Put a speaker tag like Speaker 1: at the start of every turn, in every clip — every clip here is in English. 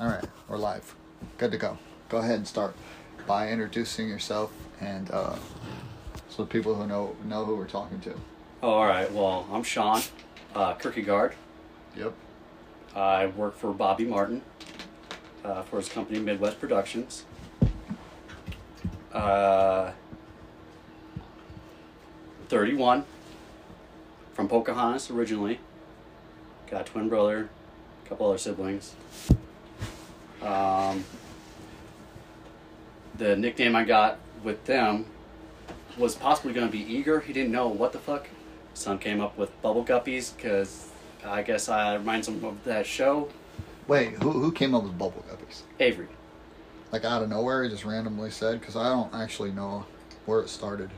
Speaker 1: All right, we're live. Good to go. Go ahead and start by introducing yourself and uh, so people who know know who we're talking to.
Speaker 2: Oh, all right. Well, I'm Sean uh, Kierkegaard.
Speaker 1: Yep.
Speaker 2: I work for Bobby Martin uh, for his company Midwest Productions. Uh, 31 from Pocahontas originally. Got a twin brother, a couple other siblings. Um, the nickname I got with them was possibly going to be Eager. He didn't know what the fuck. Some came up with Bubble Guppies because I guess I remind him of that show.
Speaker 1: Wait, who who came up with bubble guppies?
Speaker 2: Avery.
Speaker 1: Like out of nowhere, he just randomly said because I don't actually know where it started.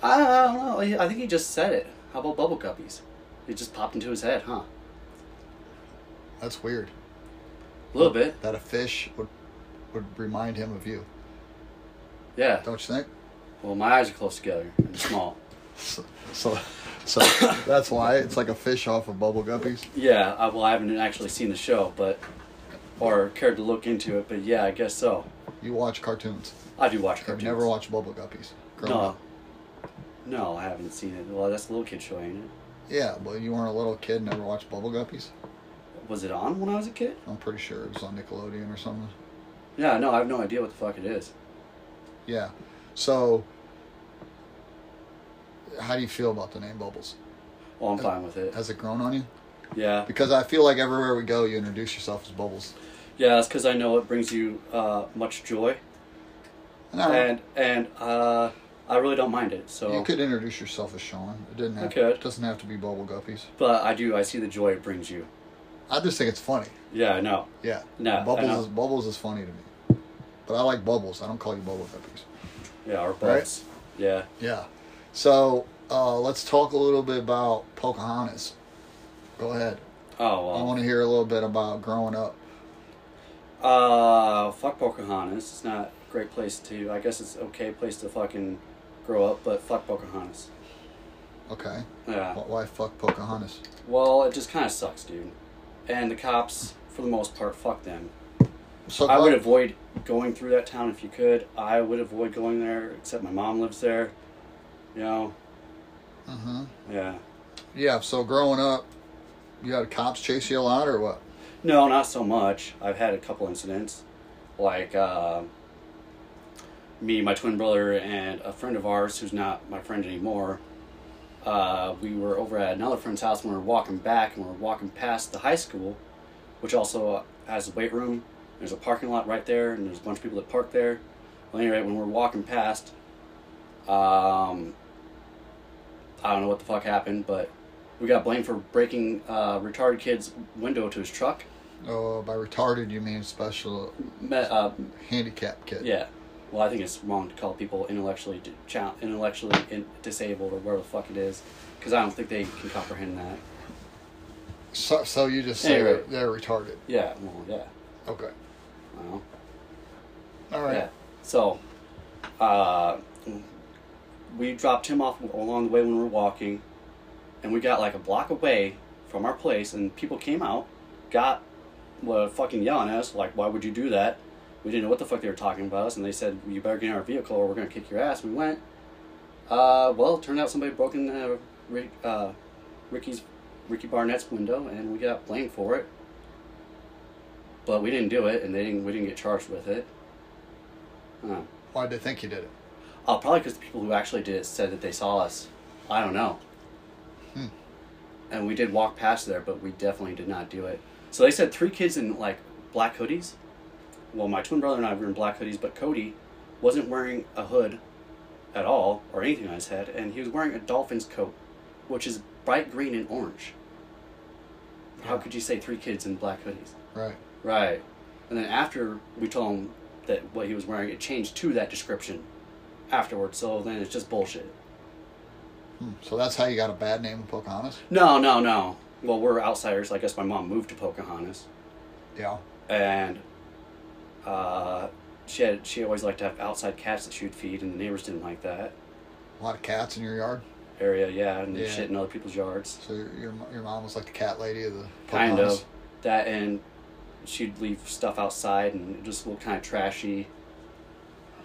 Speaker 2: I don't know. he- I think he just said it. How about Bubble Guppies? It just popped into his head, huh?
Speaker 1: That's weird
Speaker 2: A little bit.
Speaker 1: that a fish would would remind him of you.
Speaker 2: Yeah.
Speaker 1: Don't you think?
Speaker 2: Well, my eyes are close together and small.
Speaker 1: So so, so that's why it's like a fish off of bubble guppies.
Speaker 2: Yeah, I, well, I haven't actually seen the show, but. Or cared to look into it, but yeah, I guess so.
Speaker 1: You watch cartoons.
Speaker 2: I do watch
Speaker 1: I've
Speaker 2: cartoons.
Speaker 1: never watched bubble guppies. Growing
Speaker 2: No.
Speaker 1: up.
Speaker 2: No, I haven't seen it. Well, that's a little kid show, ain't it?
Speaker 1: Yeah, but you weren't a little kid and never watched bubble guppies.
Speaker 2: Was it on when I was a kid?
Speaker 1: I'm pretty sure it was on Nickelodeon or something.
Speaker 2: Yeah, no, I have no idea what the fuck it is.
Speaker 1: Yeah. So, how do you feel about the name Bubbles?
Speaker 2: Well, I'm fine with it.
Speaker 1: Has it grown on you?
Speaker 2: Yeah,
Speaker 1: Because I feel like everywhere we go, you introduce yourself as Bubbles.
Speaker 2: yeah, that's because I know it brings you uh, much joy,
Speaker 1: And I don't-
Speaker 2: and and uh, I really don't mind it. So,
Speaker 1: Uh-huh. you could introduce yourself as Sean. It didn't have.
Speaker 2: I could.
Speaker 1: It doesn't have to be Bubble Guppies.
Speaker 2: but I do, I see the joy it brings you.
Speaker 1: I just think it's funny.
Speaker 2: Yeah, I know.
Speaker 1: Yeah.
Speaker 2: No, I
Speaker 1: Bubbles
Speaker 2: know.
Speaker 1: is Bubbles is funny to me. But I like Bubbles. I don't call you Bubble Guppies.
Speaker 2: Yeah, our butts. Yeah.
Speaker 1: Yeah. So uh, let's talk a little bit about Pocahontas. Go ahead.
Speaker 2: Oh
Speaker 1: I want
Speaker 2: well.
Speaker 1: to hear a little bit about growing up.
Speaker 2: Uh, fuck Pocahontas. It's not a great place to. I guess it's okay place to fucking grow up, but fuck Pocahontas.
Speaker 1: Okay.
Speaker 2: Yeah.
Speaker 1: Wh- Why fuck Pocahontas?
Speaker 2: Well, it just kind of sucks, dude. And the cops, for the most part, fuck them.
Speaker 1: So
Speaker 2: I would
Speaker 1: glad-
Speaker 2: avoid going through that town if you could. I would avoid going there, except my mom lives there. You know,
Speaker 1: Mhm.
Speaker 2: yeah.
Speaker 1: Yeah. So growing up, you had cops chase you a lot, or what?
Speaker 2: No, not so much. I've had a couple incidents, like uh, me, my twin brother, and a friend of ours who's not my friend anymore. Uh, we were over at another friend's house when we were walking back, and we were walking past the high school, which also has a weight room. There's a parking lot right there, and there's a bunch of people that park there. Well, anyway, when we were walking past, um, I don't know what the fuck happened, but we got blamed for breaking uh, retarded kid's window to his truck.
Speaker 1: Oh, by retarded you mean special
Speaker 2: Me- uh,
Speaker 1: handicap kid.
Speaker 2: yeah. Well, I think it's wrong to call people intellectually di- cha- intellectually in- disabled or whatever the fuck it is, because I don't think they can comprehend that.
Speaker 1: So, so you just say
Speaker 2: Anyway.
Speaker 1: they're, they're retarded.
Speaker 2: Yeah. Well, yeah.
Speaker 1: Okay.
Speaker 2: Well,
Speaker 1: All right.
Speaker 2: yeah. So, uh, we dropped him off along the way when we were walking, and we got like a block away from our place, and people came out, got were fucking yelling at us, like, why would you do that? We didn't know what the fuck they were talking about us, and they said, you better get in our vehicle or we're gonna kick your ass. We went. Uh, well, it turned out somebody broke in uh, Rick, uh, Ricky's Ricky Barnett's window, and we got blamed for it. But we didn't do it, and they didn't. We didn't get charged with it. Uh, Huh.
Speaker 1: Why'd they think you did it?
Speaker 2: Oh, probably because the people who actually did it said that they saw us. I don't know.
Speaker 1: Hmm.
Speaker 2: And we did walk past there, but we definitely did not do it. So they said three kids in like black hoodies. Well, my twin brother and I were in black hoodies, but Cody wasn't wearing a hood at all or anything on his head, and he was wearing a dolphin's coat, which is bright green and orange. How could you say three kids in black hoodies?
Speaker 1: Right.
Speaker 2: Right. And then after we told him that what he was wearing, it changed to that description afterwards. So then it's just bullshit.
Speaker 1: Hmm. So that's how you got a bad name in Pocahontas.
Speaker 2: No, no, no. Well, we're outsiders. I guess my mom moved to Pocahontas,
Speaker 1: Yeah.
Speaker 2: and uh, she had she always liked to have outside cats that she'd feed, and the neighbors didn't like that
Speaker 1: A lot of cats in your yard.
Speaker 2: area. Yeah, and
Speaker 1: Yeah.
Speaker 2: shit in other people's yards.
Speaker 1: So your your, your mom was like the cat lady of the
Speaker 2: Kind
Speaker 1: Pocahontas.
Speaker 2: of that, and she'd leave stuff outside and it just looked kind of trashy.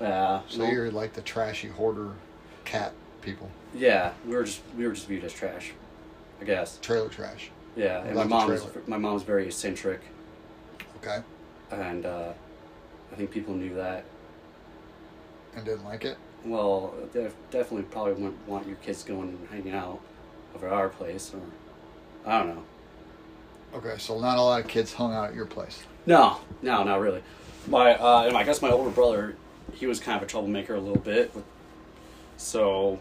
Speaker 2: Uh,
Speaker 1: So
Speaker 2: no-
Speaker 1: you're like the trashy hoarder cat people.
Speaker 2: yeah, we were just we were just viewed as trash, I guess.
Speaker 1: Trailer trash.
Speaker 2: Yeah, and my
Speaker 1: Like the
Speaker 2: mom's
Speaker 1: trailer.
Speaker 2: my mom's very eccentric,
Speaker 1: Okay.
Speaker 2: and uh, I think people knew that.
Speaker 1: And didn't like it.
Speaker 2: Well, they definitely probably wouldn't want your kids going and hanging out over at our place, or I don't know.
Speaker 1: Okay, so not a lot of kids hung out at your place.
Speaker 2: No, no, not really. My uh, and I guess my older brother, he was kind of a troublemaker a little bit, with, so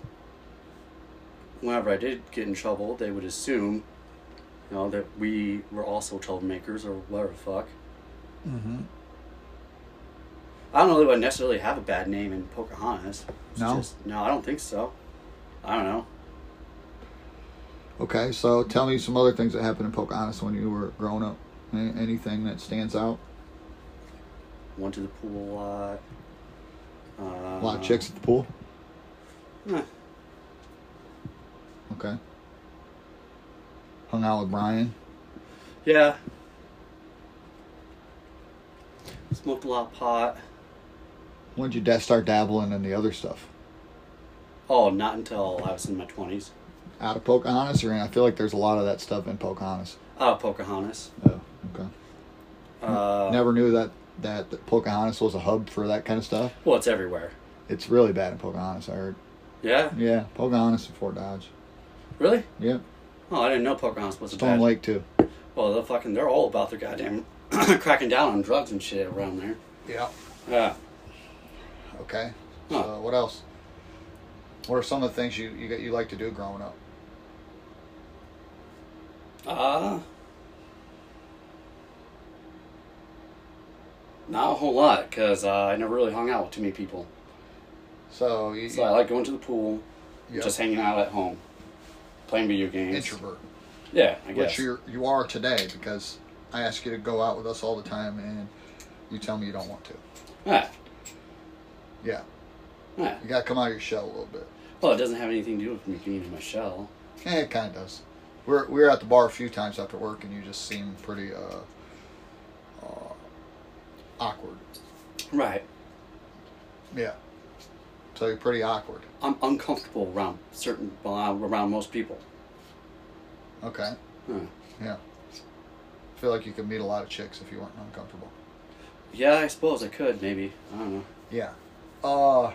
Speaker 2: whenever I did get in trouble, they would assume, you know, that we were also troublemakers or whatever the fuck.
Speaker 1: Mm-hmm.
Speaker 2: I don't know that I necessarily have a bad name in Pocahontas. It's
Speaker 1: No?
Speaker 2: no, I don't think so. I don't know.
Speaker 1: Okay, so tell me some other things that happened in Pocahontas when you were growing up. A- Anything that stands out?
Speaker 2: Went to the pool a lot. Uh,
Speaker 1: A lot of chicks at the pool.
Speaker 2: eh,
Speaker 1: Okay. Hung out with Brian.
Speaker 2: yeah. Smoked a lot of pot.
Speaker 1: When did you da- start dabbling in the other stuff?
Speaker 2: Oh, not until I was in my twenties.
Speaker 1: Out of Pocahontas, or in? I feel like there's a lot of that stuff in Pocahontas.
Speaker 2: Uh, Pocahontas.
Speaker 1: Oh, okay.
Speaker 2: Uh,
Speaker 1: Hmm. Never knew that, that that Pocahontas was a hub for that kind of stuff.
Speaker 2: Well, it's everywhere.
Speaker 1: It's really bad in Pocahontas. I heard.
Speaker 2: Yeah.
Speaker 1: Yeah, Pocahontas and Fort Dodge.
Speaker 2: Really?
Speaker 1: Yep.
Speaker 2: Oh, I didn't know Pocahontas was a
Speaker 1: Stone
Speaker 2: bad.
Speaker 1: Lake too.
Speaker 2: Well, they're fucking. They're all about their goddamn cracking down on drugs and shit around there.
Speaker 1: Yeah.
Speaker 2: Yeah.
Speaker 1: Okay.
Speaker 2: Huh.
Speaker 1: So what else? What are some of the things you you, you like to do growing up?
Speaker 2: Uh, not a whole lot, because uh, I never really hung out with too many people.
Speaker 1: So you
Speaker 2: So I like going to the pool,
Speaker 1: yeah,
Speaker 2: just hanging out at home, playing video games.
Speaker 1: introvert,
Speaker 2: Yeah, I guess.
Speaker 1: which you you are today because I ask you to go out with us all the time and you tell me you don't want to.
Speaker 2: Yeah,
Speaker 1: Yeah,
Speaker 2: yeah.
Speaker 1: you got to come out of your shell a little bit.
Speaker 2: Well, it doesn't have anything to do with me being in my shell.
Speaker 1: Yeah, it kind of does. We're we were at the bar a few times after work and you just seemed pretty uh, uh awkward.
Speaker 2: Right.
Speaker 1: Yeah. So you're pretty awkward.
Speaker 2: I'm uncomfortable around certain well, I'm around most people.
Speaker 1: Okay.
Speaker 2: Huh.
Speaker 1: Yeah. I feel like you could meet a lot of chicks if you weren't uncomfortable.
Speaker 2: Yeah, I suppose I could maybe. I don't know.
Speaker 1: Yeah. Uh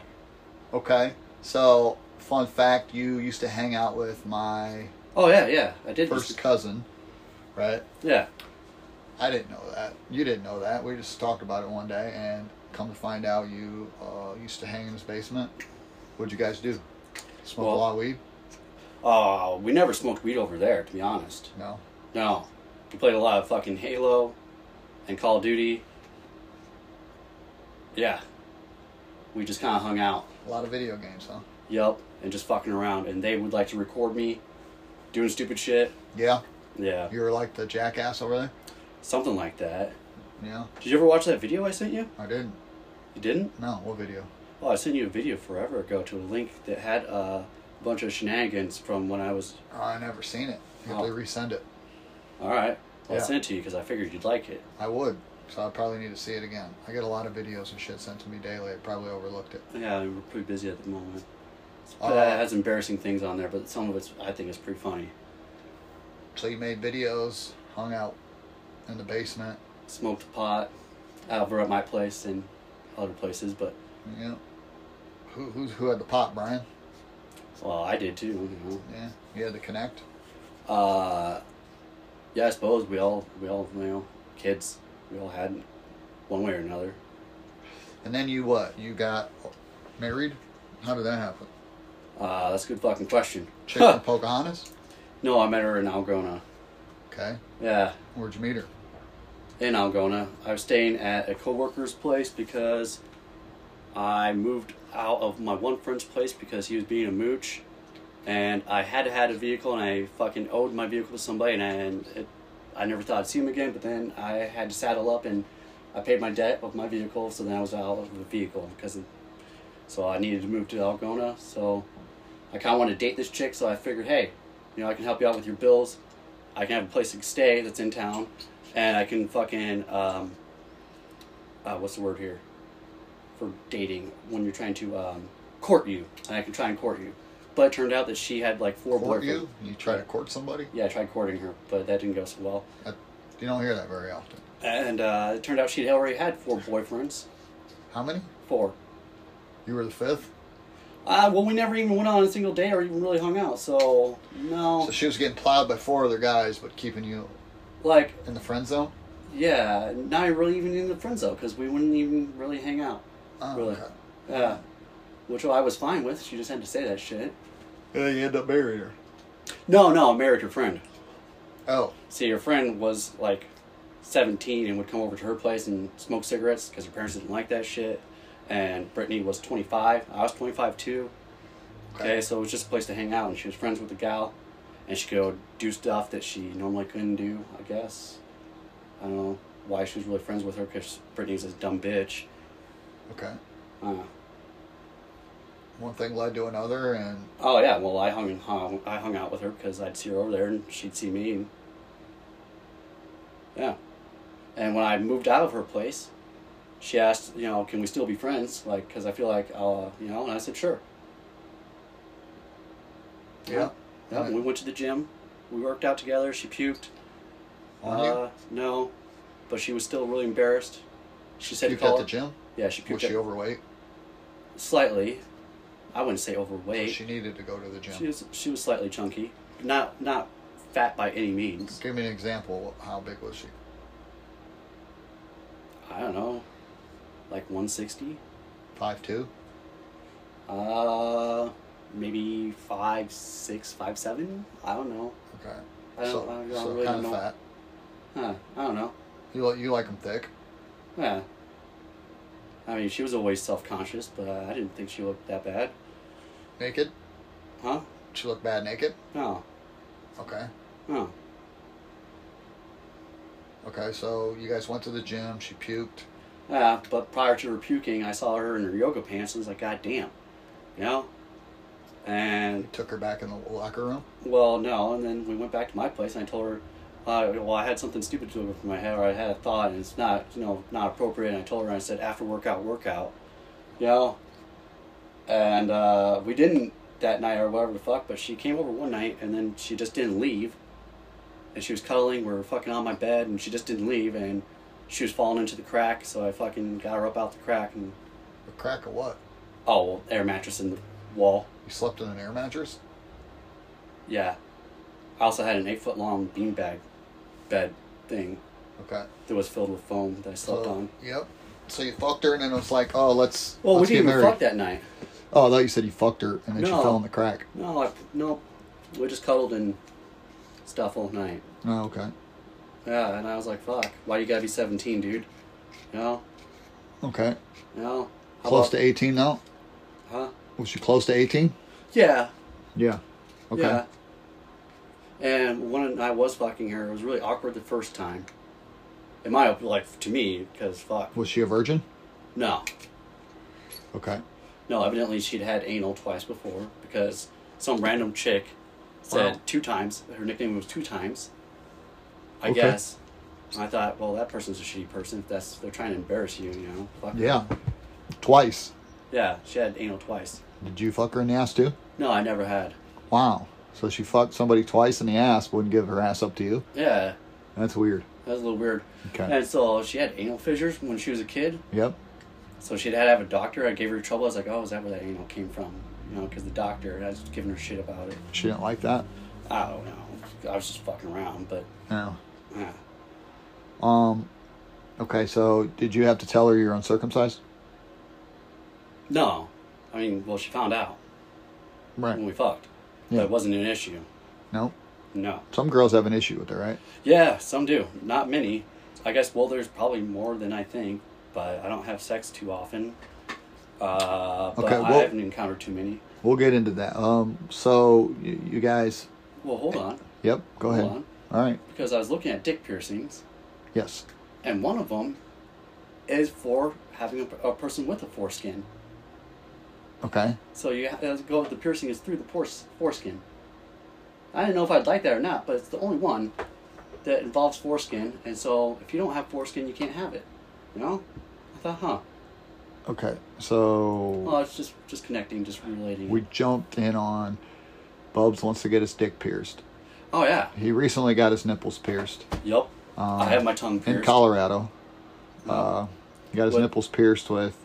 Speaker 1: okay. So fun fact, you used to hang out with my
Speaker 2: Oh yeah, yeah, I did.
Speaker 1: first cousin, right?
Speaker 2: Yeah,
Speaker 1: I didn't know that. You didn't know that. We just talked about it one day and come to find out you uh, used to hang in his basement. What'd you guys do? Smoke
Speaker 2: Well-
Speaker 1: a lot of weed?
Speaker 2: Oh, we never smoked weed over there, to be honest.
Speaker 1: No.
Speaker 2: No. We played a lot of fucking Halo and Call of Duty. Yeah. We just kind of hung out.
Speaker 1: A lot of video games, huh?
Speaker 2: Yup. And just fucking around. And they would like to record me doing stupid shit.
Speaker 1: Yeah.
Speaker 2: Yeah.
Speaker 1: You were like the jackass over there?
Speaker 2: Something like that.
Speaker 1: Yeah.
Speaker 2: Did you ever watch that video I sent you?
Speaker 1: I didn't.
Speaker 2: You didn't?
Speaker 1: No, what video?
Speaker 2: Oh, I sent you a video forever ago to a link that had uh, a bunch of shenanigans from when I was.
Speaker 1: Oh, I never seen it. You have
Speaker 2: Oh.
Speaker 1: to resend it.
Speaker 2: Alright. I'll
Speaker 1: Yeah.
Speaker 2: send it to you because I figured you'd like it.
Speaker 1: I would. So I probably need to see it again. I get a lot of videos and shit sent to me daily. I probably overlooked it.
Speaker 2: Yeah, we we're pretty busy at the moment.
Speaker 1: Uh,
Speaker 2: that has embarrassing things on there, but some of it's I think is pretty funny.
Speaker 1: So you made videos, hung out in the basement.
Speaker 2: Smoked pot over at my place and other places, but
Speaker 1: You know, who who who had the pot, Brian?
Speaker 2: well, I did too. You
Speaker 1: Yeah, you had the connect.
Speaker 2: know. Uh, yeah, I suppose we all we all you know kids we all had one way or another.
Speaker 1: And then you what? You got married? How did that happen?
Speaker 2: Uh, that's a good fucking question.
Speaker 1: Chick from Pocahontas.
Speaker 2: No, I met her in Algona.
Speaker 1: Okay,
Speaker 2: Yeah,
Speaker 1: where'd you meet her?
Speaker 2: in Algona. I was staying at a coworker's place because I moved out of my one friend's place because he was being a mooch, and I had had a vehicle and I fucking owed my vehicle to somebody and, I- and it, I never thought I'd see him again. But then I had to saddle up and I paid my debt of my vehicle, so then I was out of the vehicle because so I needed to move to Algona. So I kind of wanted to date this chick, so I figured, hey, you know, I can help you out with your bills. I can have a place to stay that's in town and I can fucking um, uh, what's the word here for dating when you're trying to um, court you, and I can try and court you. But it turned out that she had like four
Speaker 1: Court
Speaker 2: boyfriends.
Speaker 1: you? You try to court somebody?
Speaker 2: Yeah, I tried courting her, but that didn't go so well.
Speaker 1: You don't hear that very often.
Speaker 2: And uh, it turned out she'd already had four boyfriends.
Speaker 1: How many?
Speaker 2: Four.
Speaker 1: You were the fifth?
Speaker 2: Uh, well, we never even went on a single day or even really hung out, so no.
Speaker 1: So she was getting plowed by four other guys, but keeping you
Speaker 2: like,
Speaker 1: in the friend zone?
Speaker 2: yeah, not really even in the friend zone because we wouldn't even really hang out.
Speaker 1: Oh,
Speaker 2: Really?
Speaker 1: okay.
Speaker 2: Uh, which I was fine with. She just had to say that shit.
Speaker 1: Yeah, you end up marrying her.
Speaker 2: No, no, I married her friend.
Speaker 1: Oh,
Speaker 2: See, her friend was like 17 and would come over to her place and smoke cigarettes because her parents didn't like that shit. And Brittany was 25. I was 25 too.
Speaker 1: okay.
Speaker 2: Okay, so it was just a place to hang out, and she was friends with the gal, and she'd go do stuff that she normally couldn't do. I guess I don't know why she was really friends with her because Brittany's a dumb bitch.
Speaker 1: Okay.
Speaker 2: Uh,
Speaker 1: One thing led to another, and
Speaker 2: oh yeah, well I hung and hung, I hung out with her because I'd see her over there and she'd see me. And, yeah, and when I moved out of her place, she asked, you know, can we still be friends? Like, because I feel like, uh, you know, and I said sure.
Speaker 1: yeah.
Speaker 2: Yeah,
Speaker 1: Right.
Speaker 2: we went to the gym. We worked out together. She puked.
Speaker 1: On
Speaker 2: uh, No, but she was still really embarrassed. She said
Speaker 1: you
Speaker 2: to
Speaker 1: puked at
Speaker 2: call.
Speaker 1: the gym?
Speaker 2: Yeah, she puked
Speaker 1: Was she
Speaker 2: at-
Speaker 1: overweight?
Speaker 2: slightly. I wouldn't say overweight.
Speaker 1: She needed to go to the gym.
Speaker 2: She was she was slightly chunky, not not fat by any means.
Speaker 1: Give me an example. How big was she?
Speaker 2: I don't know, like one sixty,
Speaker 1: Five two.
Speaker 2: uh, maybe five six, five seven. I don't know.
Speaker 1: Okay.
Speaker 2: I don't,
Speaker 1: so
Speaker 2: I don't,
Speaker 1: so
Speaker 2: really
Speaker 1: kind
Speaker 2: know.
Speaker 1: of fat.
Speaker 2: Huh, I don't know.
Speaker 1: You like you like them thick.
Speaker 2: Yeah. I mean, she was always self conscious, but I didn't think she looked that bad.
Speaker 1: Naked.
Speaker 2: Huh?
Speaker 1: She looked bad naked.
Speaker 2: No.
Speaker 1: Okay.
Speaker 2: No.
Speaker 1: Okay. So you guys went to the gym. She puked.
Speaker 2: Yeah, but prior to her puking, I saw her in her yoga pants and was like, God damn. You know? And,
Speaker 1: Took her back in the locker room.
Speaker 2: well, no. And then we went back to my place and I told her, uh, well, I had something stupid to over my head or I had a thought and it's not, you know, not appropriate. And I told her, I said, after workout, workout. You know? And uh, we didn't that night or whatever the fuck, but she came over one night and then she just didn't leave. And she was cuddling, we were fucking on my bed, and she just didn't leave. And she was falling into the crack, so I fucking got her up out the crack and
Speaker 1: A crack of what?
Speaker 2: Oh, well, air mattress in the wall.
Speaker 1: You slept in an air mattress.
Speaker 2: Yeah. I also had an eight foot long beanbag bed thing
Speaker 1: Okay.
Speaker 2: that was filled with foam that I slept
Speaker 1: So
Speaker 2: on.
Speaker 1: Oh, yep. So you fucked her, and then it was like, oh, let's.
Speaker 2: Well,
Speaker 1: let's
Speaker 2: we didn't
Speaker 1: get
Speaker 2: even
Speaker 1: married.
Speaker 2: fuck that night.
Speaker 1: Oh, I thought you said you fucked her, and then she
Speaker 2: No.
Speaker 1: fell in the crack.
Speaker 2: No, I, no, we just cuddled and stuff all night.
Speaker 1: Oh, okay.
Speaker 2: Yeah, and I was like, "Fuck, why you gotta be seventeen, dude? No,
Speaker 1: Okay.
Speaker 2: no." How
Speaker 1: Close
Speaker 2: about-
Speaker 1: to eighteen now.
Speaker 2: Huh?
Speaker 1: Was she close to eighteen?
Speaker 2: Yeah.
Speaker 1: Yeah. Okay.
Speaker 2: Yeah. And when I was fucking her, it was really awkward the first time. In my like to me, because fuck,
Speaker 1: Was she a virgin?
Speaker 2: no,
Speaker 1: Okay.
Speaker 2: No, evidently she'd had anal twice before because some random chick said
Speaker 1: Wow.
Speaker 2: two times. Her nickname was two times. I
Speaker 1: Okay.
Speaker 2: guess. And I thought, well, that person's a shitty person. If that's they're trying to embarrass you, you know. Fuck her.
Speaker 1: Yeah. Twice.
Speaker 2: Yeah, she had anal twice.
Speaker 1: Did you fuck her in the ass too?
Speaker 2: No, I never had.
Speaker 1: Wow. So she fucked somebody twice in the ass, but wouldn't give her ass up to you?
Speaker 2: Yeah,
Speaker 1: That's weird.
Speaker 2: that was a little weird.
Speaker 1: Okay.
Speaker 2: And so she had anal fissures when she was a kid.
Speaker 1: Yep.
Speaker 2: So she'd had to have a doctor. I gave her trouble. I was like, oh, is that where that anal came from? You know, because the doctor I was giving her shit about it.
Speaker 1: She didn't like that.
Speaker 2: I don't know. I was just fucking around, but
Speaker 1: No.
Speaker 2: yeah.
Speaker 1: Um. Okay. So did you have to tell her you're uncircumcised?
Speaker 2: No. I mean, well, she found out when
Speaker 1: Right.
Speaker 2: we fucked.
Speaker 1: Yeah.
Speaker 2: But it wasn't an issue.
Speaker 1: No.
Speaker 2: No.
Speaker 1: Some girls have an issue with it, right?
Speaker 2: Yeah, some do. Not many. I guess, well, there's probably more than I think, but I don't have sex too often. Uh, but
Speaker 1: Okay,
Speaker 2: I
Speaker 1: well-
Speaker 2: haven't encountered too many.
Speaker 1: We'll get into that. Um. So you, you guys.
Speaker 2: Well, hold on.
Speaker 1: Yep. Go
Speaker 2: Hold
Speaker 1: ahead.
Speaker 2: on.
Speaker 1: All right.
Speaker 2: Because I was looking at dick piercings,
Speaker 1: Yes.
Speaker 2: and one of them is for having a, a person with a foreskin.
Speaker 1: Okay.
Speaker 2: So you have to go with the piercing is through the pores, foreskin. I didn't know if I'd like that or not, but it's the only one. that involves foreskin, and so if you don't have foreskin, you can't have it. You know? I thought, huh?
Speaker 1: Okay, so
Speaker 2: Well, it's just just connecting, just relating.
Speaker 1: we jumped in on Bubs wants to get his dick pierced.
Speaker 2: oh yeah,
Speaker 1: He recently got his nipples pierced
Speaker 2: yep.
Speaker 1: Um,
Speaker 2: I have my tongue pierced.
Speaker 1: in Colorado. Uh, he got his
Speaker 2: What-
Speaker 1: nipples pierced with.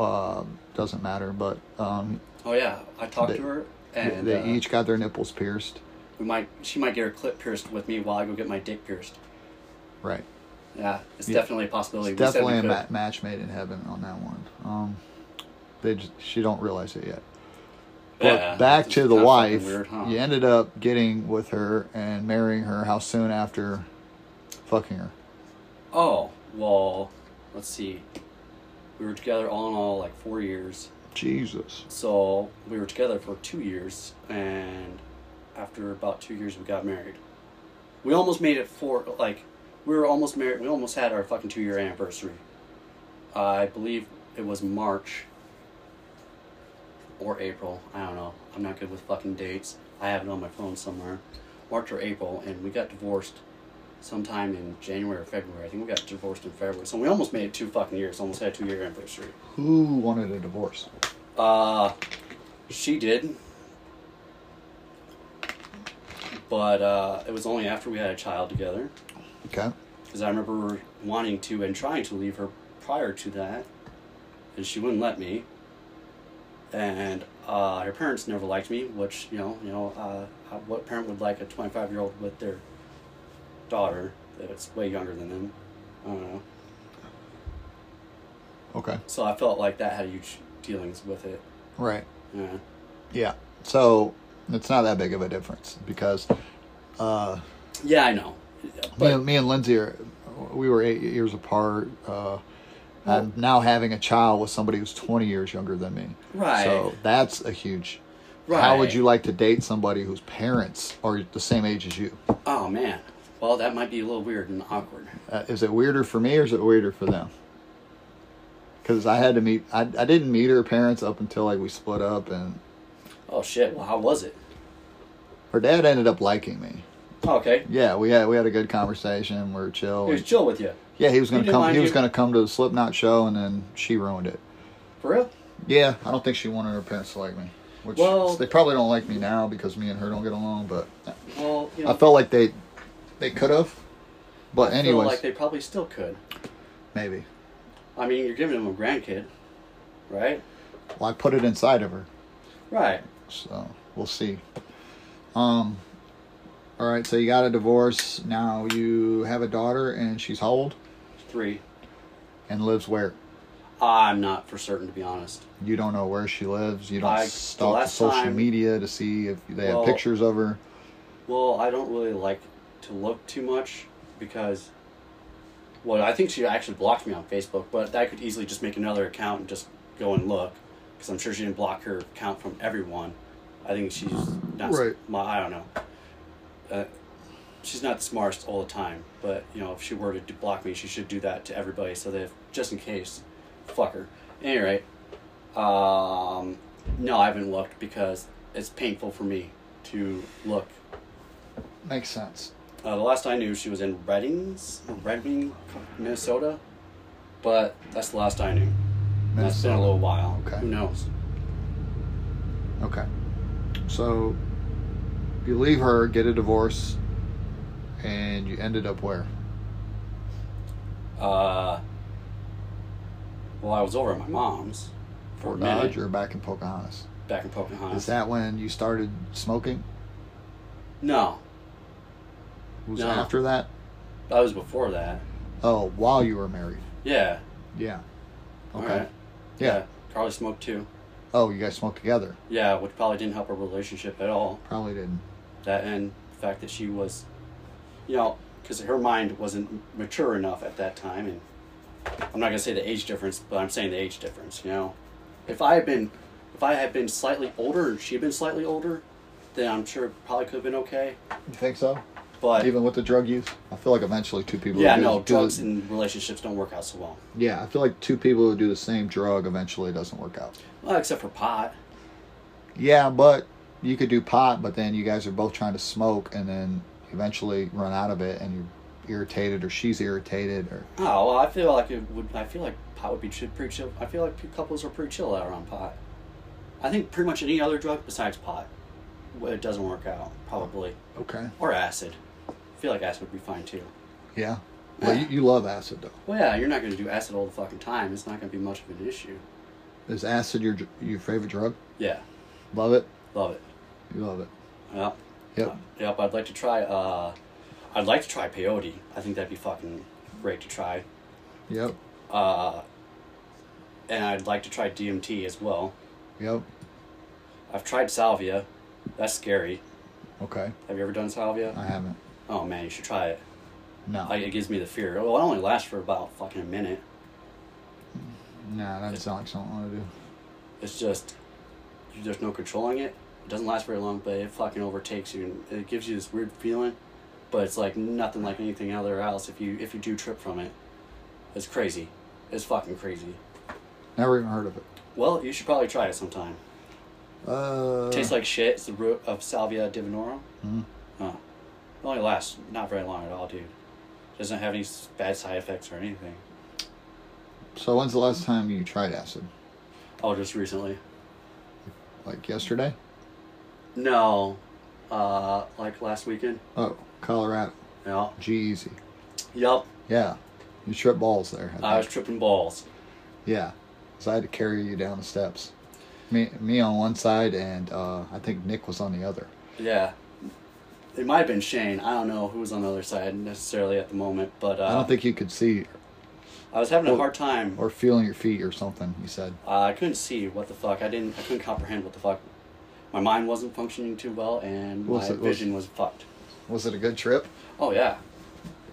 Speaker 1: Uh, doesn't matter, but um,
Speaker 2: oh yeah, I talked
Speaker 1: They-
Speaker 2: to her,
Speaker 1: they,
Speaker 2: and
Speaker 1: they
Speaker 2: uh,
Speaker 1: each got their nipples pierced.
Speaker 2: we might she might get her clip pierced with me while I go get my dick pierced.
Speaker 1: Right.
Speaker 2: Yeah, it's
Speaker 1: Yeah.
Speaker 2: definitely a possibility.
Speaker 1: It's
Speaker 2: We said
Speaker 1: definitely
Speaker 2: we
Speaker 1: a
Speaker 2: could.
Speaker 1: ma- match made in heaven on that one. Um, they just, she don't realize it yet. But
Speaker 2: Yeah,
Speaker 1: back
Speaker 2: it's
Speaker 1: to the
Speaker 2: kinda fucking
Speaker 1: wife,
Speaker 2: weird, huh?
Speaker 1: you ended up getting with her and marrying her. How soon after fucking her?
Speaker 2: Oh well, let's see. We were together all in all like four years.
Speaker 1: Jesus.
Speaker 2: So we were together for two years, and after about two years, we got married. We almost made it for like we were almost married. We almost had our fucking two year anniversary. I believe it was March or April. I don't know. I'm not good with fucking dates. I have it on my phone somewhere. March or April, and we got divorced sometime in January or February. I think we got divorced in February. So we almost made it two fucking years. Almost had a two year anniversary.
Speaker 1: Who wanted a divorce?
Speaker 2: Uh, she did. But uh, it was only after we had a child together.
Speaker 1: Okay.
Speaker 2: Because I remember wanting to and trying to leave her prior to that. And she wouldn't let me. And uh, her parents never liked me, which, you know, you know, uh, what parent would like a 25 year old with their daughter that's way younger than them? I don't know.
Speaker 1: Okay.
Speaker 2: So I felt like that had huge dealings with it. Uh,
Speaker 1: Right.
Speaker 2: Yeah.
Speaker 1: Yeah. So it's not that big of a difference because uh,
Speaker 2: Yeah, I know.
Speaker 1: me, and- me and Lindsay are we were eight years apart. Uh, I'm now having a child with somebody who's 20 years younger than me.
Speaker 2: Right.
Speaker 1: So that's a huge. How would
Speaker 2: Right.
Speaker 1: you like to date somebody whose parents are the same age as you?
Speaker 2: Oh man. Well, that might be a little weird and awkward.
Speaker 1: Uh, is it weirder for me or is it weirder for them? Because I had to meet, I, I didn't meet her parents up until like we split up, and
Speaker 2: Oh shit. Well, how was it?
Speaker 1: her dad ended up liking me.
Speaker 2: Okay.
Speaker 1: Yeah, we had we had a good conversation. We were chill.
Speaker 2: He was chill with you.
Speaker 1: yeah, he was
Speaker 2: He
Speaker 1: gonna
Speaker 2: didn't
Speaker 1: come.
Speaker 2: mind
Speaker 1: He was
Speaker 2: you-
Speaker 1: gonna come to the Slipknot show, and then she ruined it.
Speaker 2: For real?
Speaker 1: Yeah, I don't think she wanted her parents to like me. Which
Speaker 2: Well-
Speaker 1: they probably don't like me now because me and her don't get along. But
Speaker 2: Well, you know.
Speaker 1: I felt like they they could have. But
Speaker 2: I feel
Speaker 1: anyways,
Speaker 2: like they probably still could.
Speaker 1: maybe.
Speaker 2: I mean, you're giving him a grandkid, right?
Speaker 1: Well, I put it inside of her,
Speaker 2: Right.
Speaker 1: so we'll see. Um. All right, so you got a divorce. Now you have a daughter, and she's how old?
Speaker 2: Three.
Speaker 1: And lives where?
Speaker 2: I'm not for certain to be honest.
Speaker 1: You don't know where she lives. You don't
Speaker 2: I- the
Speaker 1: stalk the
Speaker 2: last
Speaker 1: social
Speaker 2: time-
Speaker 1: media to see if they have
Speaker 2: Well-
Speaker 1: pictures of her.
Speaker 2: Well, I don't really like to look too much because. Well, I think she actually blocked me on Facebook, but I could easily just make another account and just go and look because I'm sure she didn't block her account from everyone. I think she's not.
Speaker 1: Right.
Speaker 2: My, I don't know. Uh, she's not the smartest all the time, but you know, if she were to do- block me, she should do that to everybody so that if, just in case, fuck her. Anyway, um, no, I haven't looked because it's painful for me to look
Speaker 1: Makes sense.
Speaker 2: uh, the last I knew, she was in Reddings, Red Wing, Minnesota. But that's the last I knew. And That's been a little while.
Speaker 1: Okay.
Speaker 2: Who knows?
Speaker 1: Okay. So you leave her, get a divorce, and you ended up where?
Speaker 2: Uh, well, I was over at my mom's for
Speaker 1: Fort
Speaker 2: a minute, Uh.
Speaker 1: Dodge or back in Pocahontas?
Speaker 2: back in Pocahontas.
Speaker 1: Is that when you started smoking?
Speaker 2: no,
Speaker 1: Was
Speaker 2: No.
Speaker 1: it after that?
Speaker 2: that was before that.
Speaker 1: Oh, while you were married.
Speaker 2: Yeah.
Speaker 1: Yeah.
Speaker 2: all
Speaker 1: Okay.
Speaker 2: right.
Speaker 1: Yeah.
Speaker 2: Carly smoked too.
Speaker 1: Oh, you guys smoked together.
Speaker 2: Yeah, which probably didn't help her relationship at all.
Speaker 1: Probably didn't.
Speaker 2: That and the fact that she was, you know, because her mind wasn't mature enough at that time. And I'm not gonna say the age difference, but I'm saying the age difference. You know, if I had been, if I had been slightly older and she had been slightly older, then I'm sure it probably could have been okay.
Speaker 1: You think so?
Speaker 2: But
Speaker 1: Even with the drug use? I feel like eventually two people.
Speaker 2: yeah,
Speaker 1: who do-
Speaker 2: no,
Speaker 1: do
Speaker 2: drugs
Speaker 1: the-
Speaker 2: and relationships don't work out so well.
Speaker 1: yeah, I feel like two people who do the same drug eventually doesn't work out.
Speaker 2: well except for pot.
Speaker 1: Yeah, but you could do pot, but then you guys are both trying to smoke, and then eventually run out of it and you're irritated or she's irritated or
Speaker 2: Oh, well, I feel like it would. I feel like pot would be chi- pretty chill. I feel like p- couples are pretty chill out around pot. I think pretty much any other drug besides pot, well, it doesn't work out probably,
Speaker 1: okay,
Speaker 2: or acid. I feel like acid would be fine too.
Speaker 1: yeah. Well, you, you love acid though.
Speaker 2: Well, yeah, you're not going to do acid all the fucking time. It's not going to be much of an issue.
Speaker 1: Is acid your your favorite drug?
Speaker 2: Yeah,
Speaker 1: Love it.
Speaker 2: love it.
Speaker 1: You love it.
Speaker 2: Yep.
Speaker 1: Yep.
Speaker 2: Yep. I'd like to try. Uh, I'd like to try peyote. I think that'd be fucking great to try.
Speaker 1: Yep.
Speaker 2: Uh, and I'd like to try DMT as well.
Speaker 1: Yep.
Speaker 2: I've tried salvia. That's scary.
Speaker 1: Okay.
Speaker 2: Have you ever done salvia?
Speaker 1: I haven't.
Speaker 2: Oh man, you should try it.
Speaker 1: No.
Speaker 2: Like it gives me the fear. Well, it only lasts for about fucking a minute.
Speaker 1: nah, that sounds like something I want to do.
Speaker 2: It's just you- there's no controlling it. It doesn't last very long, but it fucking overtakes you. and It gives you this weird feeling, but it's like nothing like anything other else. If you if you do trip from it, it's crazy. It's fucking crazy.
Speaker 1: Never even heard of it.
Speaker 2: Well, you should probably try it sometime.
Speaker 1: Uh,
Speaker 2: Tastes like shit. It's the root of Salvia divinorum.
Speaker 1: Mhm.
Speaker 2: Oh. It only lasts not very long at all, dude. Doesn't have any s- bad side effects or anything.
Speaker 1: So when's the last time you tried acid?
Speaker 2: Oh, just recently.
Speaker 1: Like yesterday?
Speaker 2: No, uh, like last weekend.
Speaker 1: Oh, Colorado.
Speaker 2: Yeah.
Speaker 1: G-Easy.
Speaker 2: Yep.
Speaker 1: Yeah. You tripped balls there. I
Speaker 2: I was
Speaker 1: think.
Speaker 2: tripping balls.
Speaker 1: yeah. So I had to carry you down the steps. Me, me on one side, and uh, I think Nick was on the other.
Speaker 2: Yeah. It might have been Shane. I don't know who was on the other side necessarily at the moment, but uh,
Speaker 1: I don't think you could see
Speaker 2: I was having a
Speaker 1: Well-
Speaker 2: hard time.
Speaker 1: or feel in your feet or something. You said,
Speaker 2: Uh, I couldn't see what the fuck. I didn't. I couldn't comprehend what the fuck. My mind wasn't functioning too well, and
Speaker 1: Was
Speaker 2: my
Speaker 1: it- was-
Speaker 2: vision was fucked.
Speaker 1: was it a good trip?
Speaker 2: Oh yeah.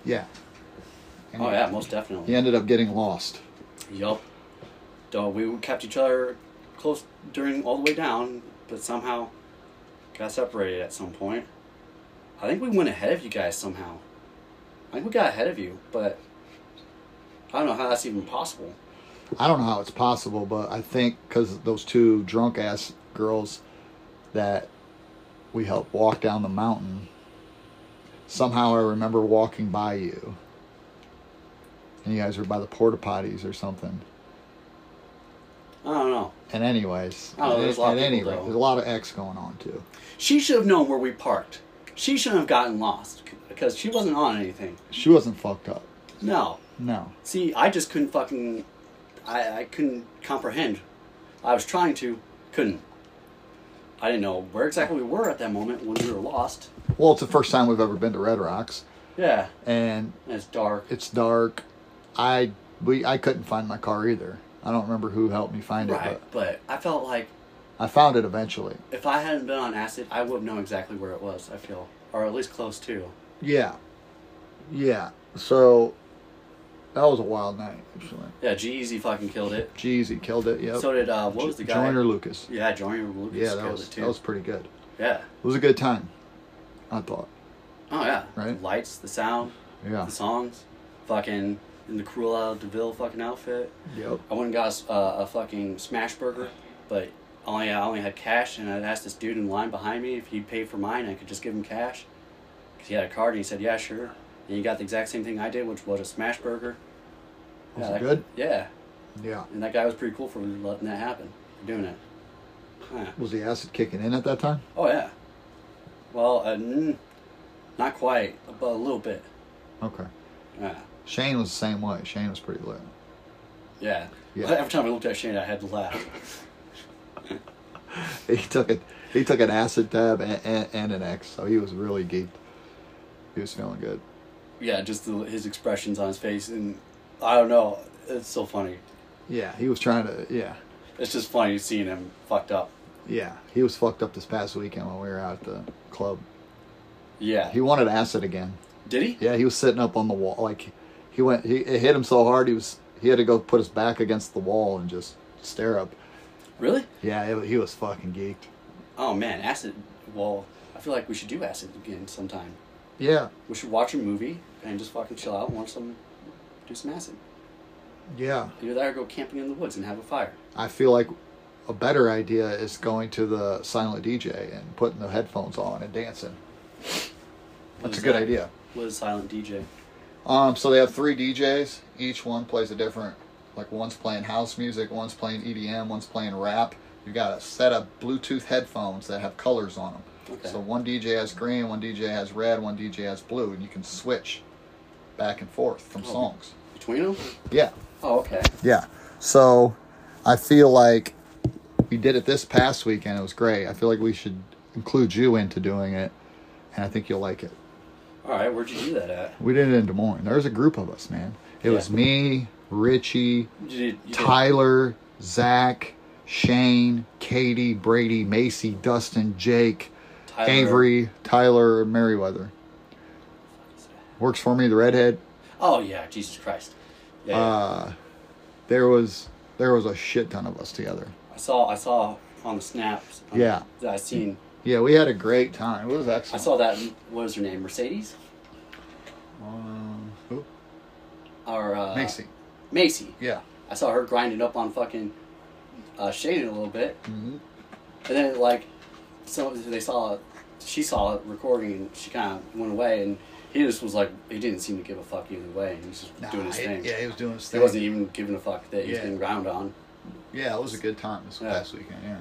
Speaker 1: Yeah. And
Speaker 2: Oh
Speaker 1: he-
Speaker 2: yeah. Most definitely.
Speaker 1: He ended up getting lost.
Speaker 2: Yup. Dog, we kept each other close during all the way down, but somehow got separated at some point. I think we went ahead of you guys somehow. I think we got ahead of you, but I don't know how that's even possible.
Speaker 1: I don't know how it's possible, but I think because those two drunk ass girls that we helped walk down the mountain, somehow I remember walking by you. And you guys were by the porta potties or something.
Speaker 2: I don't know.
Speaker 1: And anyways,
Speaker 2: Oh,
Speaker 1: at,
Speaker 2: there's a lot of
Speaker 1: at any
Speaker 2: people,
Speaker 1: rate,
Speaker 2: though.
Speaker 1: there's a lot of X going on too.
Speaker 2: She should have known where we parked. She shouldn't have gotten lost because she wasn't on anything.
Speaker 1: She wasn't fucked up.
Speaker 2: No.
Speaker 1: No.
Speaker 2: See, I just couldn't fucking. I, I couldn't comprehend. I was trying to, couldn't. I didn't know where exactly we were at that moment when we were lost.
Speaker 1: Well, it's the first time we've ever been to Red Rocks,
Speaker 2: Yeah,
Speaker 1: and
Speaker 2: and it's dark.
Speaker 1: it's dark. I we I couldn't find my car either. I don't remember who helped me find
Speaker 2: Right,
Speaker 1: it, but
Speaker 2: but I felt like
Speaker 1: I found it eventually.
Speaker 2: if I hadn't been on acid, I would know exactly where it was, I feel. Or at least close to.
Speaker 1: Yeah. Yeah. So that was a wild night, actually.
Speaker 2: Yeah, G Easy fucking killed it.
Speaker 1: Jeezy killed it. Yep.
Speaker 2: So did, uh, what was the guy?
Speaker 1: Joyner Lucas.
Speaker 2: Yeah, Joyner Lucas
Speaker 1: Yeah, that
Speaker 2: killed
Speaker 1: was
Speaker 2: it too.
Speaker 1: that was pretty good.
Speaker 2: Yeah.
Speaker 1: It was a good time. I thought.
Speaker 2: Oh, yeah.
Speaker 1: Right?
Speaker 2: The lights, the sound,
Speaker 1: Yeah.
Speaker 2: the songs. Fucking in the Cruella DeVille fucking outfit.
Speaker 1: Yep.
Speaker 2: I went and got a, uh, a fucking smash burger, but only I only had cash, and I asked this dude in line behind me if he'd pay for mine. I could just give him cash, 'Cause he had a card, and he said, "Yeah, sure." And he got the exact same thing I did, which was a smash burger.
Speaker 1: Was
Speaker 2: yeah,
Speaker 1: it
Speaker 2: that-
Speaker 1: good?
Speaker 2: Yeah,
Speaker 1: Yeah.
Speaker 2: and that guy was pretty cool for letting that happen, for doing it. Yeah.
Speaker 1: Was the acid kicking in at that time?
Speaker 2: Oh yeah. Well, uh, mm, not quite, but a little bit. Uh,
Speaker 1: Okay.
Speaker 2: Yeah.
Speaker 1: Shane was the same way. Shane was pretty lit.
Speaker 2: Yeah.
Speaker 1: Yeah.
Speaker 2: Every time I looked at Shane, I had to laugh.
Speaker 1: He took it. He took an acid tab and, and, and an X, so he was really geeked. He was feeling good.
Speaker 2: yeah, just the, his expressions on his face, and I don't know, it's so funny.
Speaker 1: Yeah, he was trying to. Yeah,
Speaker 2: It's just funny seeing him fucked up.
Speaker 1: yeah. He was fucked up this past weekend when we were out at the club.
Speaker 2: Yeah,
Speaker 1: He wanted acid again.
Speaker 2: did he?
Speaker 1: Yeah, he was sitting up on the wall. Like he went, he it hit him so hard he was he had to go put his back against the wall and just stare up.
Speaker 2: Really?
Speaker 1: Yeah, it, he was fucking geeked.
Speaker 2: Oh man, acid. Well, I feel like we should do acid again sometime.
Speaker 1: Yeah,
Speaker 2: We should watch a movie and just fucking chill out and watch some, do some acid.
Speaker 1: yeah.
Speaker 2: Either that or go camping in the woods and have a fire.
Speaker 1: I feel like a better idea is going to the silent DJ and putting the headphones on and dancing. That's a
Speaker 2: Was
Speaker 1: good
Speaker 2: that-
Speaker 1: idea.
Speaker 2: Was silent DJ.
Speaker 1: Um, so they have three DJs. Each one plays a different. Like one's playing house music, one's playing EDM, one's playing rap. You got a set of Bluetooth headphones that have colors on them.
Speaker 2: Okay.
Speaker 1: So one DJ has green, one DJ has red, one DJ has blue, and you can switch back and forth from
Speaker 2: Oh.
Speaker 1: songs.
Speaker 2: Between them?
Speaker 1: Yeah.
Speaker 2: Oh, okay.
Speaker 1: Yeah. So I feel like we did it this past weekend. It was great. I feel like we should include you into doing it, and I think you'll like it.
Speaker 2: All right. Where'd you do that at?
Speaker 1: We did it in Des Moines. There was a group of us, man. It
Speaker 2: Yeah.
Speaker 1: was me, Richie,
Speaker 2: You did, you did-
Speaker 1: Tyler, Zach, Shane, Katie, Brady, Macy, Dustin, Jake,
Speaker 2: Tyler-
Speaker 1: Avery, Tyler, Merriweather. Works for me, the redhead.
Speaker 2: Oh yeah, Jesus Christ. Yeah. yeah.
Speaker 1: Uh, there was there was a shit ton of us together.
Speaker 2: I saw. I saw on the snaps. um,
Speaker 1: Yeah.
Speaker 2: That I seen.
Speaker 1: Yeah, we had a great time. It was
Speaker 2: I
Speaker 1: excellent.
Speaker 2: saw that. What was her name? Mercedes
Speaker 1: Um, who?
Speaker 2: or uh,
Speaker 1: Macy.
Speaker 2: Macy.
Speaker 1: Yeah.
Speaker 2: I saw her grinding up on fucking uh, Shane a little bit,
Speaker 1: hmm
Speaker 2: and then like, so they saw, she saw it recording, and she kind of went away, and he just was like, he didn't seem to give a fuck either way, and he was just doing his thing.
Speaker 1: yeah, he was doing his
Speaker 2: He
Speaker 1: thing.
Speaker 2: wasn't even giving a fuck that he was
Speaker 1: Yeah.
Speaker 2: getting ground on.
Speaker 1: yeah, it was a good time this
Speaker 2: Yeah.
Speaker 1: past weekend. Yeah.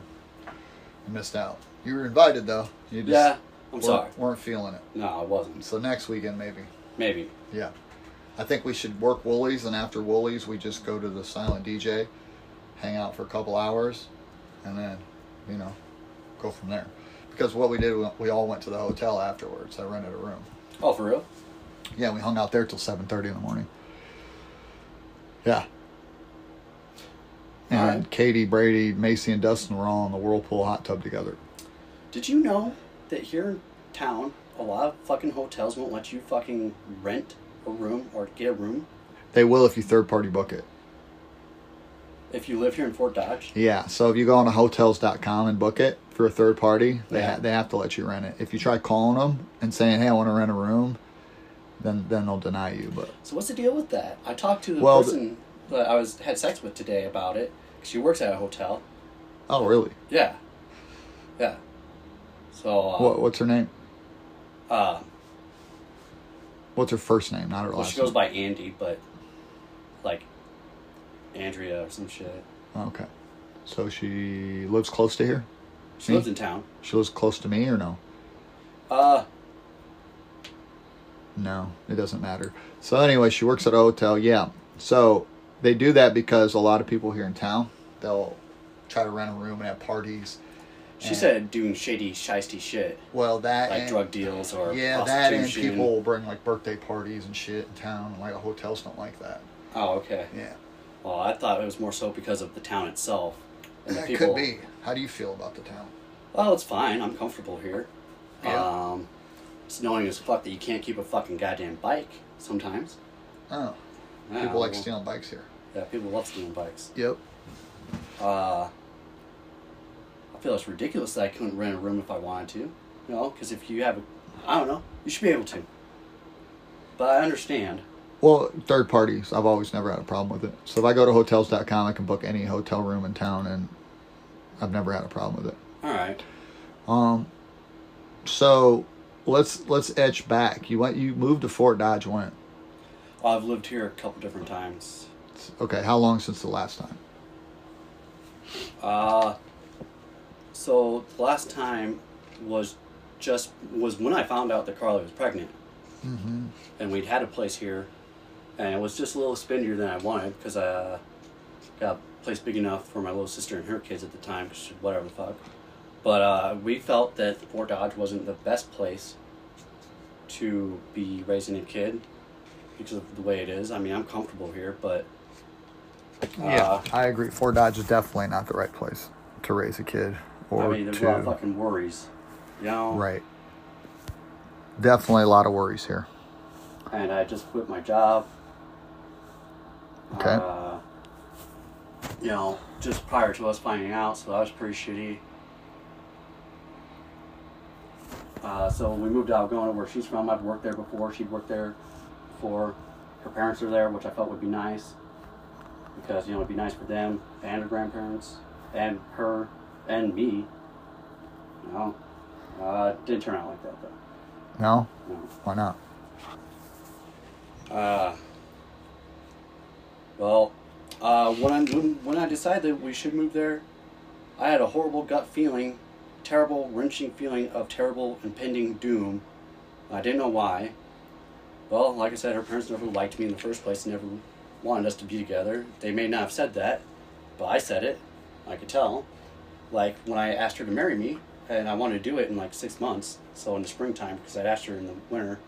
Speaker 1: I missed out. You were invited though. You just
Speaker 2: yeah, I'm
Speaker 1: weren't,
Speaker 2: sorry.
Speaker 1: weren't feeling it.
Speaker 2: No, I wasn't.
Speaker 1: So next weekend maybe.
Speaker 2: Maybe.
Speaker 1: Yeah. I think we should work Woolies, and after Woolies, we just go to the silent DJ, hang out for a couple hours, and then, you know, go from there. Because what we did, we- we all went to the hotel afterwards. I rented a room.
Speaker 2: Oh, for real?
Speaker 1: Yeah, we hung out there till 7.30 in the morning. Yeah. And
Speaker 2: Alright.
Speaker 1: Katie, Brady, Macy, and Dustin were all in the Whirlpool hot tub together.
Speaker 2: Did you know that here in town, a lot of fucking hotels won't let you fucking rent a room or get a room
Speaker 1: They will if you third-party book it.
Speaker 2: if you live here in Fort Dodge?
Speaker 1: Yeah, so if you go on to hotels.com and book it for a third party, they
Speaker 2: Yeah.
Speaker 1: ha- they have to let you rent it. If you try calling them and saying, "Hey, I want to rent a room," then then they'll deny you. But
Speaker 2: So what's the deal with that? I talked to the
Speaker 1: Well, the-
Speaker 2: person that I was had sex with today about it. She works at a hotel.
Speaker 1: oh, really?
Speaker 2: Yeah, yeah. So uh,
Speaker 1: What, what's her name?
Speaker 2: uh,
Speaker 1: What's her first name? Not her
Speaker 2: well,
Speaker 1: last.
Speaker 2: she goes
Speaker 1: name.
Speaker 2: by Andy, but like Andrea or some shit.
Speaker 1: okay, so she lives close to here.
Speaker 2: She
Speaker 1: Me?
Speaker 2: lives in town.
Speaker 1: She lives close to me, or no?
Speaker 2: Uh,
Speaker 1: No, it doesn't matter. So anyway, she works at a hotel. Yeah. So they do that because a lot of people here in town they'll try to rent a room and have parties.
Speaker 2: she
Speaker 1: And-
Speaker 2: said doing shady, shisty shit.
Speaker 1: Well, that
Speaker 2: like
Speaker 1: and-
Speaker 2: drug deals or
Speaker 1: Yeah, that and
Speaker 2: prostitution.
Speaker 1: people will bring like birthday parties and shit in town. and, Like hotels don't like that.
Speaker 2: Oh, okay.
Speaker 1: Yeah,
Speaker 2: Well, Oh, I thought it was more so because of the town itself and the
Speaker 1: that
Speaker 2: people.
Speaker 1: could be. How do you feel about the town?
Speaker 2: Well, it's fine. I'm comfortable here.
Speaker 1: Yeah.
Speaker 2: Um, it's annoying as fuck that you can't keep a fucking goddamn bike sometimes.
Speaker 1: Oh,
Speaker 2: Yeah,
Speaker 1: people like
Speaker 2: well,
Speaker 1: stealing bikes here.
Speaker 2: Yeah, people love stealing bikes.
Speaker 1: Yep.
Speaker 2: Uh, I feel it's ridiculous that I couldn't rent a room if I wanted to. You know, because if you have a, I don't know, you should be able to. But I understand.
Speaker 1: Well, third parties. I've always never had a problem with it. So if I go to hotels.com, I can book any hotel room in town, and I've never had a problem with it.
Speaker 2: All right.
Speaker 1: Um, so let's let's etch back. You went. You moved to Fort Dodge. When?
Speaker 2: I've lived here a couple different times.
Speaker 1: Okay. How long since the last time?
Speaker 2: Uh, so the last time was just was when I found out that Carly was pregnant,
Speaker 1: Mm-hmm.
Speaker 2: and we'd had a place here, and it was just a little spendier than I wanted because I uh, got a place big enough for my little sister and her kids at the time, 'cause whatever the fuck. But uh, we felt that Fort Dodge wasn't the best place to be raising a kid because of the way it is. I mean, I'm comfortable here, but
Speaker 1: Yeah, Uh, I agree. Fort Dodge is definitely not the right place to raise a kid or
Speaker 2: I mean, there's
Speaker 1: to
Speaker 2: a lot of fucking worries, you know.
Speaker 1: right. Definitely a lot of worries here.
Speaker 2: and I just quit my job.
Speaker 1: Okay.
Speaker 2: Uh, you know, just prior to us finding out, so that was pretty shitty. Uh, so we moved out of Algona, where she's from. I've worked there before. She'd worked there before. Her parents are there, which I felt would be nice because you know it'd be nice for them and her grandparents and her and me. You know, uh, it didn't turn out like that though.
Speaker 1: No?
Speaker 2: No.
Speaker 1: Why not?
Speaker 2: Uh, well, uh, when I when, when I decided that we should move there, I had a horrible gut feeling, terrible wrenching feeling of terrible impending doom. I didn't know why. Well, like I said, her parents never liked me in the first place. Never wanted us to be together. They may not have said that, but I said it. I could tell. Like when I asked her to marry me, and I wanted to do it in like six months. So in the springtime, because I'd asked her in the winter.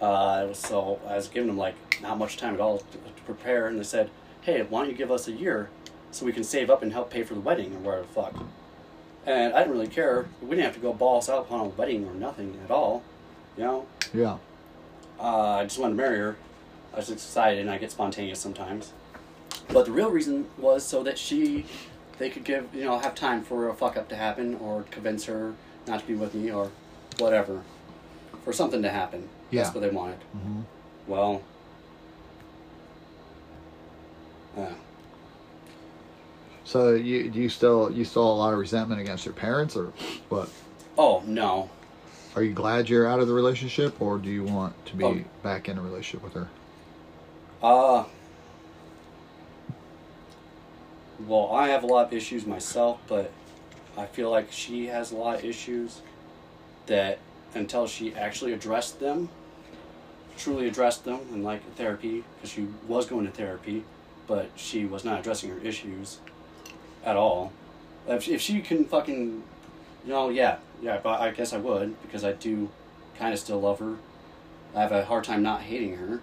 Speaker 2: Uh, so I was giving them like not much time at all to, to prepare, and they said, "Hey, why don't you give us a year so we can save up and help pay for the wedding or whatever the fuck?" And I didn't really care. We didn't have to go balls out on a wedding or nothing at all, you know.
Speaker 1: Yeah.
Speaker 2: Uh, I just wanted to marry her. I was excited, and I get spontaneous sometimes. But the real reason was so that she, they could give you know have time for a fuck up to happen or convince her not to be with me or whatever, for something to happen.
Speaker 1: Yeah.
Speaker 2: That's what they wanted.
Speaker 1: hmm
Speaker 2: Well, yeah.
Speaker 1: So you do you still you still have a lot of resentment against your parents, or what?
Speaker 2: oh no,
Speaker 1: Are you glad you're out of the relationship, or do you want to be
Speaker 2: Um,
Speaker 1: back in a relationship with her?
Speaker 2: uh, well, I have a lot of issues myself, but I feel like she has a lot of issues that until she actually addressed them, truly addressed them, and like therapy, because she was going to therapy, but she was not addressing her issues at all. If she, if she can fucking, you know, yeah, yeah, but I guess I would because I do kind of still love her. I have a hard time not hating her.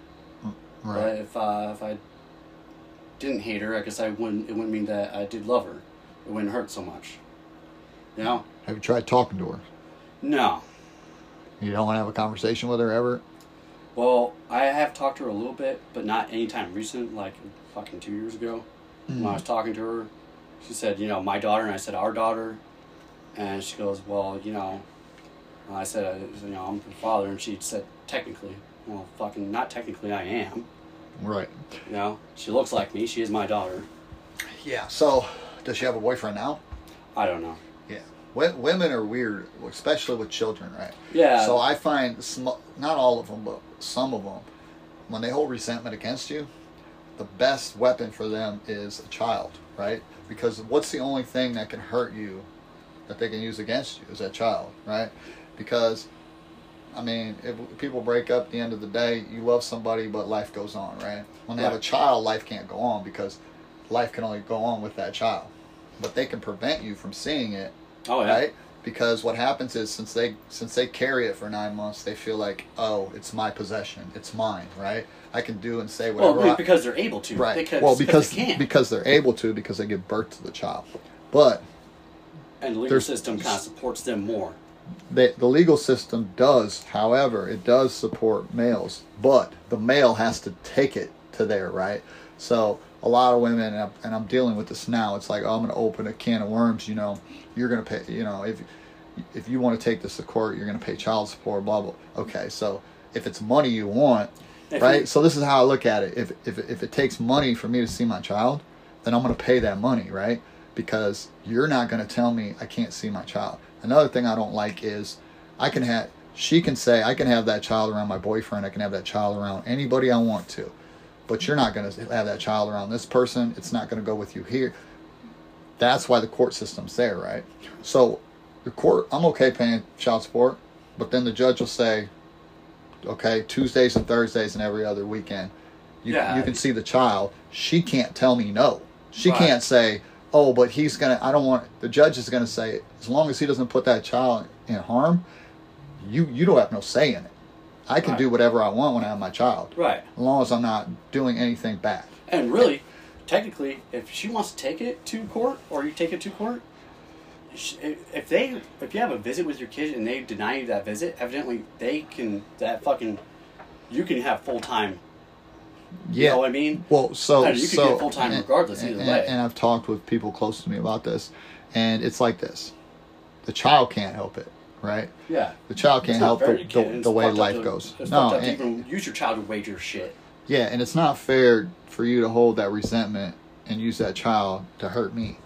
Speaker 2: But
Speaker 1: Right.
Speaker 2: if uh, if I didn't hate her, I guess I wouldn't. It wouldn't mean that I did love her. It wouldn't hurt so much. You know?
Speaker 1: Have you tried talking to her?
Speaker 2: No.
Speaker 1: You don't want to have a conversation with her ever.
Speaker 2: Well, I have talked to her a little bit, but not anytime recent. Like fucking two years ago,
Speaker 1: Mm.
Speaker 2: when I was talking to her, she said, "You know, my daughter," and I said, "Our daughter," and she goes, "Well, you know," and I said, I- "You know, I'm her father," and she said, "Technically." Well, fucking not technically, I am.
Speaker 1: Right.
Speaker 2: You know, she looks like me. She is my daughter.
Speaker 1: Yeah. So, does she have a boyfriend now?
Speaker 2: I don't know.
Speaker 1: Yeah. W- women are weird, especially with children, right?
Speaker 2: Yeah.
Speaker 1: So I find sm- not all of them, but some of them, when they hold resentment against you, the best weapon for them is a child, right? Because what's the only thing that can hurt you that they can use against you is that child, right? Because I mean, if people break up at the end of the day, you love somebody, but life goes on, right? When they have a
Speaker 2: Right.
Speaker 1: child, life can't go on because life can only go on with that child. But they can prevent you from seeing it
Speaker 2: Oh yeah.
Speaker 1: right? Because what happens is since they since they carry it for nine months, they feel like, oh, it's my possession, it's mine, right? I can do and say
Speaker 2: Well,
Speaker 1: whatever.
Speaker 2: be-
Speaker 1: I,
Speaker 2: because they're able to.
Speaker 1: right.
Speaker 2: Because,
Speaker 1: well, because
Speaker 2: they can.
Speaker 1: because they're able to because they give birth to the child, but
Speaker 2: and the legal
Speaker 1: there's-
Speaker 2: system kind of supports them more.
Speaker 1: the, the legal system does, however, it does support males, but the male has to take it to there, right? So a lot of women, and I'm, and I'm dealing with this now. It's like, oh, I'm going to open a can of worms. You know, you're going to pay. You know, if if you want to take this to court, you're going to pay child support. Blah blah. Okay, so if it's money you want,
Speaker 2: If
Speaker 1: right?
Speaker 2: you-
Speaker 1: so this is how I look at it. If if if it takes money for me to see my child, then I'm going to pay that money, right? Because you're not going to tell me I can't see my child. Another thing I don't like is I can have she can say I can have that child around my boyfriend, I can have that child around anybody I want to. But you're not going to have that child around this person. It's not going to go with you here. That's why the court system's there, right? So the court, I'm okay paying child support, but then the judge will say, okay, Tuesdays and Thursdays and every other weekend, you,
Speaker 2: Yeah.
Speaker 1: you can see the child. She can't tell me no. She
Speaker 2: Right.
Speaker 1: can't say, oh, but he's going to, I don't want, the judge is going to say, as long as he doesn't put that child in harm, you, you don't have no say in it. I can
Speaker 2: Right.
Speaker 1: do whatever I want when I have my child,
Speaker 2: Right.
Speaker 1: as long as I'm not doing anything bad.
Speaker 2: And really, technically, if she wants to take it to court or you take it to court, sh- if if they if you have a visit with your kid and they deny you that visit, evidently they can that fucking you can have full time.
Speaker 1: Yeah.
Speaker 2: You know what I mean?
Speaker 1: Well, so
Speaker 2: And you could
Speaker 1: so
Speaker 2: get full-time regardless,
Speaker 1: And,
Speaker 2: either
Speaker 1: and-
Speaker 2: way.
Speaker 1: and I've talked with people close to me about this, and it's like this: the child can't help it, right?
Speaker 2: Yeah.
Speaker 1: The child can't
Speaker 2: It's not
Speaker 1: help
Speaker 2: fair
Speaker 1: the,
Speaker 2: to kid, and
Speaker 1: the,
Speaker 2: it's
Speaker 1: the way
Speaker 2: fucked up
Speaker 1: life
Speaker 2: to-
Speaker 1: goes.
Speaker 2: It's
Speaker 1: No,
Speaker 2: fucked up to
Speaker 1: and-
Speaker 2: even use your child to wager shit.
Speaker 1: yeah, and it's not fair for you to hold that resentment and use that child to hurt me,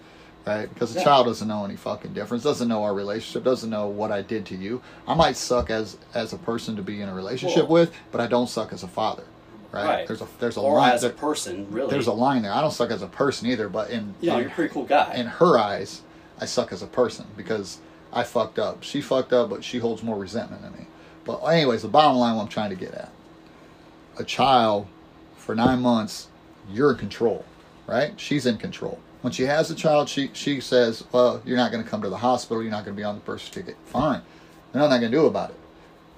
Speaker 1: right? Because the
Speaker 2: Yeah.
Speaker 1: child doesn't know any fucking difference, doesn't know our relationship, doesn't know what I did to you. I might suck as as a person to be in a relationship
Speaker 2: Well-
Speaker 1: with, but I don't suck as a father, right?
Speaker 2: Right.
Speaker 1: There's a there's a
Speaker 2: or
Speaker 1: line
Speaker 2: as a
Speaker 1: there,
Speaker 2: person, really.
Speaker 1: there's a line there. I don't suck as a person either, but in
Speaker 2: you know,
Speaker 1: in,
Speaker 2: you're a pretty cool guy.
Speaker 1: in her eyes, I suck as a person because I fucked up. She fucked up, but she holds more resentment than me. But anyways, the bottom line, what I'm trying to get at, a child for nine months, you're in control, right? She's in control. When she has a child, she she says, "Well, you're not going to come to the hospital. You're not going to be on the birth certificate." Fine, there's nothing I can do about it.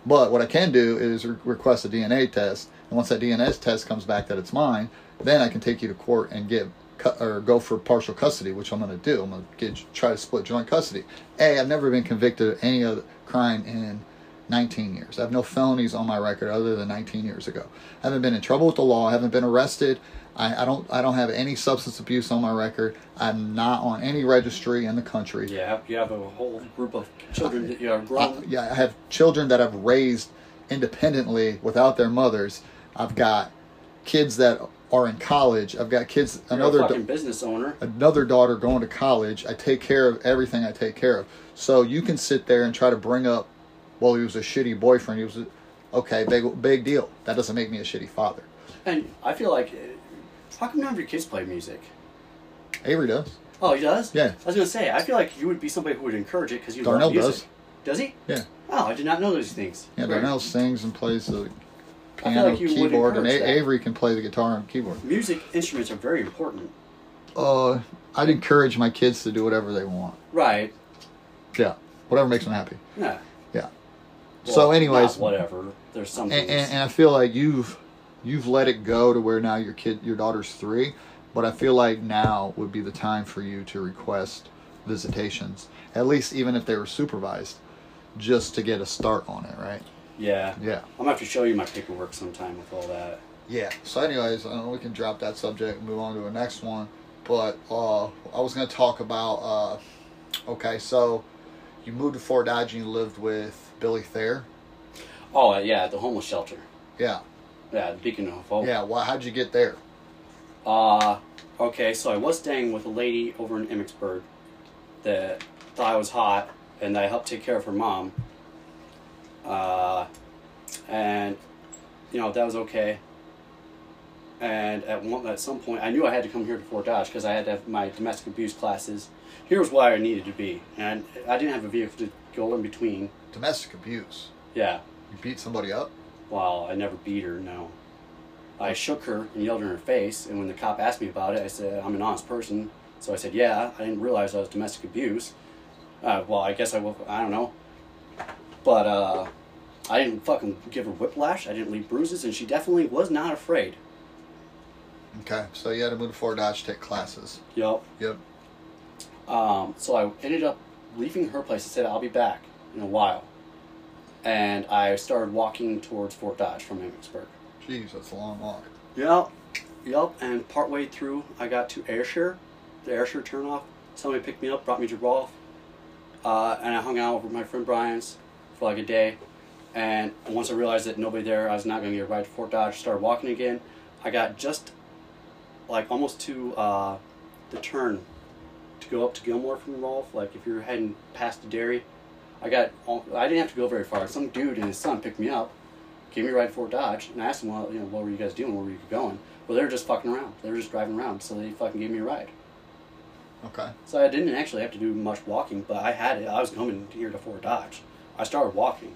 Speaker 1: But what I can do is re- request a DNA test, and once that DNA test comes back that it's mine, then I can take you to court and get cu- or go for partial custody, which I'm going to do. I'm going to get try to split joint custody. A, I've never been convicted of any other crime in 19 years. I have no felonies on my record other than 19 years ago. I haven't been in trouble with the law. I haven't been arrested. I, I don't. I don't have any substance abuse on my record. I'm not on any registry in the country.
Speaker 2: yeah, you have a whole group of children that you are grown.
Speaker 1: I, Uh, yeah, I have children that I've raised independently without their mothers. I've got kids that are in college. I've got kids
Speaker 2: another
Speaker 1: another
Speaker 2: fucking business owner.
Speaker 1: another daughter going to college. I take care of everything I take care of. So you can sit there and try to bring up, well, he was a shitty boyfriend. He was a, okay, big big deal. That doesn't make me a shitty father.
Speaker 2: And I feel like, uh, how come none of your kids play music?
Speaker 1: Avery does.
Speaker 2: Oh, he does.
Speaker 1: Yeah.
Speaker 2: I was gonna say, I feel like you would be somebody who would encourage it because you
Speaker 1: Darnell
Speaker 2: love music.
Speaker 1: does.
Speaker 2: Does he?
Speaker 1: Yeah,
Speaker 2: Oh, I did not know those things.
Speaker 1: yeah.
Speaker 2: Weird.
Speaker 1: Darnell sings and plays the
Speaker 2: feel
Speaker 1: piano,
Speaker 2: like you would
Speaker 1: keyboard, and
Speaker 2: encourage
Speaker 1: a-
Speaker 2: that.
Speaker 1: Avery can play the guitar and keyboard.
Speaker 2: Music instruments are very important.
Speaker 1: Uh, I'd encourage my kids to do whatever they want.
Speaker 2: Right.
Speaker 1: Yeah, whatever makes them happy.
Speaker 2: Yeah.
Speaker 1: Yeah.
Speaker 2: Well,
Speaker 1: so, anyways,
Speaker 2: not whatever. There's some.
Speaker 1: and,
Speaker 2: things-
Speaker 1: and, and I feel like you've you've let it go to where now your kid your daughter's three, but I feel like now would be the time for you to request visitations, at least even if they were supervised, just to get a start on it, right?
Speaker 2: yeah.
Speaker 1: Yeah.
Speaker 2: I'm gonna have to show you my paperwork sometime with all that.
Speaker 1: Yeah. So, anyways, I know we can drop that subject and move on to the next one. But uh, I was going to talk about uh, okay, so you moved to Fort Dodge and you lived with Billy Thayer.
Speaker 2: Oh yeah, the homeless shelter.
Speaker 1: Yeah.
Speaker 2: Yeah, the Beacon of Hope.
Speaker 1: Yeah. Well, how'd you get there?
Speaker 2: Uh, okay, so I was staying with a lady over in Emmitsburg that thought I was hot, and I helped take care of her mom. Uh, and you know that was okay. And at one at some point, I knew I had to come here to Fort Dodge because I had to have my domestic abuse classes. Here was where I needed to be, and I didn't have a vehicle to go in between.
Speaker 1: Domestic abuse.
Speaker 2: Yeah,
Speaker 1: You beat somebody up?
Speaker 2: Well, I never beat her, no. I shook her and yelled in her face, and when the cop asked me about it, I said, I'm an honest person. So I said, Yeah, I didn't realize I was domestic abuse. Uh, well, I guess I will, I don't know. But uh, I didn't fucking give her whiplash, I didn't leave bruises, and she definitely was not afraid.
Speaker 1: Okay. So you had to move to Fort Dodge, take classes.
Speaker 2: Yup.
Speaker 1: Yep.
Speaker 2: Um, so I ended up leaving her place. I said, I'll be back in a while. And I started walking towards Fort Dodge from Emmitsburg.
Speaker 1: Jeez, that's a long walk.
Speaker 2: Yep, yep. And partway through, I got to Ayrshire, the Ayrshire turnoff. Somebody picked me up, brought me to Rolf, uh, and I hung out with my friend Brian's for like a day. And once I realized that nobody there, I was not going to get a ride to Fort Dodge. Started walking again. I got just like almost to uh, the turn to go up to Gilmore from Rolf. Like if you're heading past the dairy, I got. I didn't have to go very far. Some dude and his son picked me up gave me a ride to Fort Dodge, and I asked them, well, you know, what were you guys doing? Where were you going? Well, they were just fucking around. They were just driving around, so they fucking gave me a ride.
Speaker 1: Okay.
Speaker 2: So I didn't actually have to do much walking, but I had it. I was coming here to Fort Dodge. I started walking,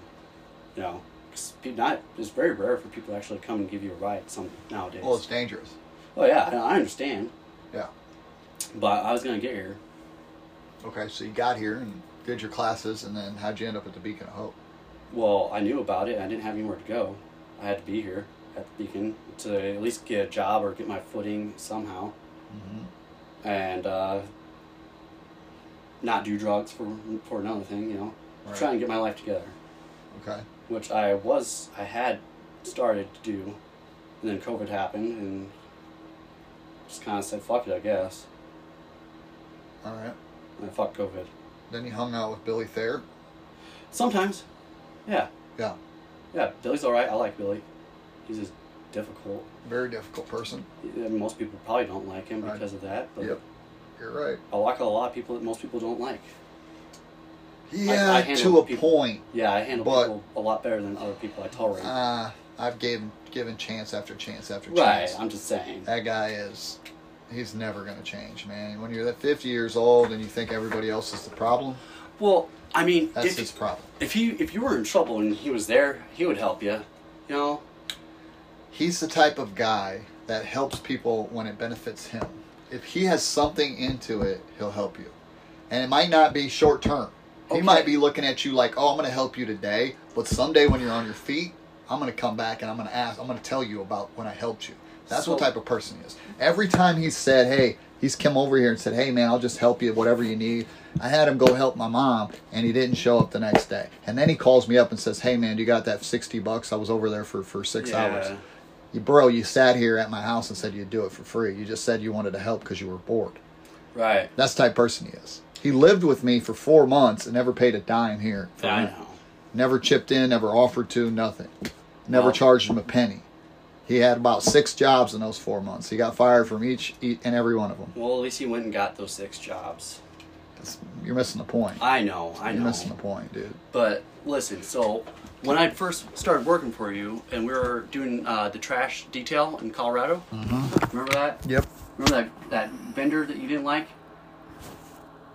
Speaker 2: you know, 'cause pe- not it's very rare for people to actually come and give you a ride some nowadays.
Speaker 1: Well, it's dangerous.
Speaker 2: oh yeah, I I understand,
Speaker 1: Yeah.
Speaker 2: but I was gonna get here.
Speaker 1: Okay. So you got here and did your classes, and then how'd you end up at the Beacon of Hope?
Speaker 2: Well, I knew about it. I didn't have anywhere to go. I had to be here at the Beacon to at least get a job or get my footing somehow.
Speaker 1: Mm-hmm.
Speaker 2: And uh, not do drugs for for another thing, you know.
Speaker 1: Right.
Speaker 2: Try and get my life together,
Speaker 1: Okay.
Speaker 2: which I was, I had started to do. And then COVID happened and just kind of said, fuck it, I guess.
Speaker 1: All right.
Speaker 2: And I fucked COVID.
Speaker 1: Then you hung out with Billy Thayer.
Speaker 2: Sometimes. Yeah.
Speaker 1: Yeah.
Speaker 2: Yeah. Billy's alright. I like Billy. He's just difficult.
Speaker 1: Very difficult person.
Speaker 2: Yeah, most people probably don't like him
Speaker 1: Right.
Speaker 2: because of that. But
Speaker 1: Yep. You're right.
Speaker 2: I like a lot of people that most people don't like.
Speaker 1: Yeah,
Speaker 2: I handle
Speaker 1: to a
Speaker 2: people-
Speaker 1: point.
Speaker 2: Yeah, I handle
Speaker 1: But-
Speaker 2: people a lot better than other people I tolerate.
Speaker 1: Uh, I've gave, given chance after chance after
Speaker 2: right,
Speaker 1: chance.
Speaker 2: I'm just saying.
Speaker 1: That guy is. He's never going to change, man. When you're that 50 years old and you think everybody else is the problem,
Speaker 2: Well, I mean,
Speaker 1: that's
Speaker 2: if,
Speaker 1: his problem.
Speaker 2: if he if you were in trouble and he was there, he would help you. You know,
Speaker 1: He's the type of guy that helps people when it benefits him. If he has something into it, he'll help you. And it might not be short term. He
Speaker 2: Okay.
Speaker 1: might be looking at you like, oh, I'm going to help you today, but someday when you're on your feet, I'm going to come back and I'm going to ask, I'm going to tell you about when I helped you. That's what
Speaker 2: So-
Speaker 1: type of person he is. Every time he said, hey, he's come over here and said, hey, man, I'll just help you, whatever you need. I had him go help my mom, and he didn't show up the next day. And then he calls me up and says, hey, man, you got that 60 bucks? I was over there for, for six
Speaker 2: Yeah.
Speaker 1: hours. You, bro, you sat here at my house and said you'd do it for free. You just said you wanted to help because you were bored.
Speaker 2: right?
Speaker 1: That's the type of person he is. He lived with me for four months and never paid a dime here. for
Speaker 2: I
Speaker 1: rent.
Speaker 2: know.
Speaker 1: Never chipped in, never offered to, nothing. Never
Speaker 2: Wow.
Speaker 1: charged him a penny. He had about six jobs in those four months. He got fired from each each and every one of them.
Speaker 2: Well, at least he went and got those six jobs.
Speaker 1: That's- you're missing the point.
Speaker 2: I know, I
Speaker 1: You're
Speaker 2: know.
Speaker 1: missing the point, dude.
Speaker 2: But listen, so when I first started working for you, and we were doing uh, the trash detail in Colorado,
Speaker 1: Mm-hmm.
Speaker 2: remember that?
Speaker 1: Yep.
Speaker 2: Remember that that vendor that you didn't like,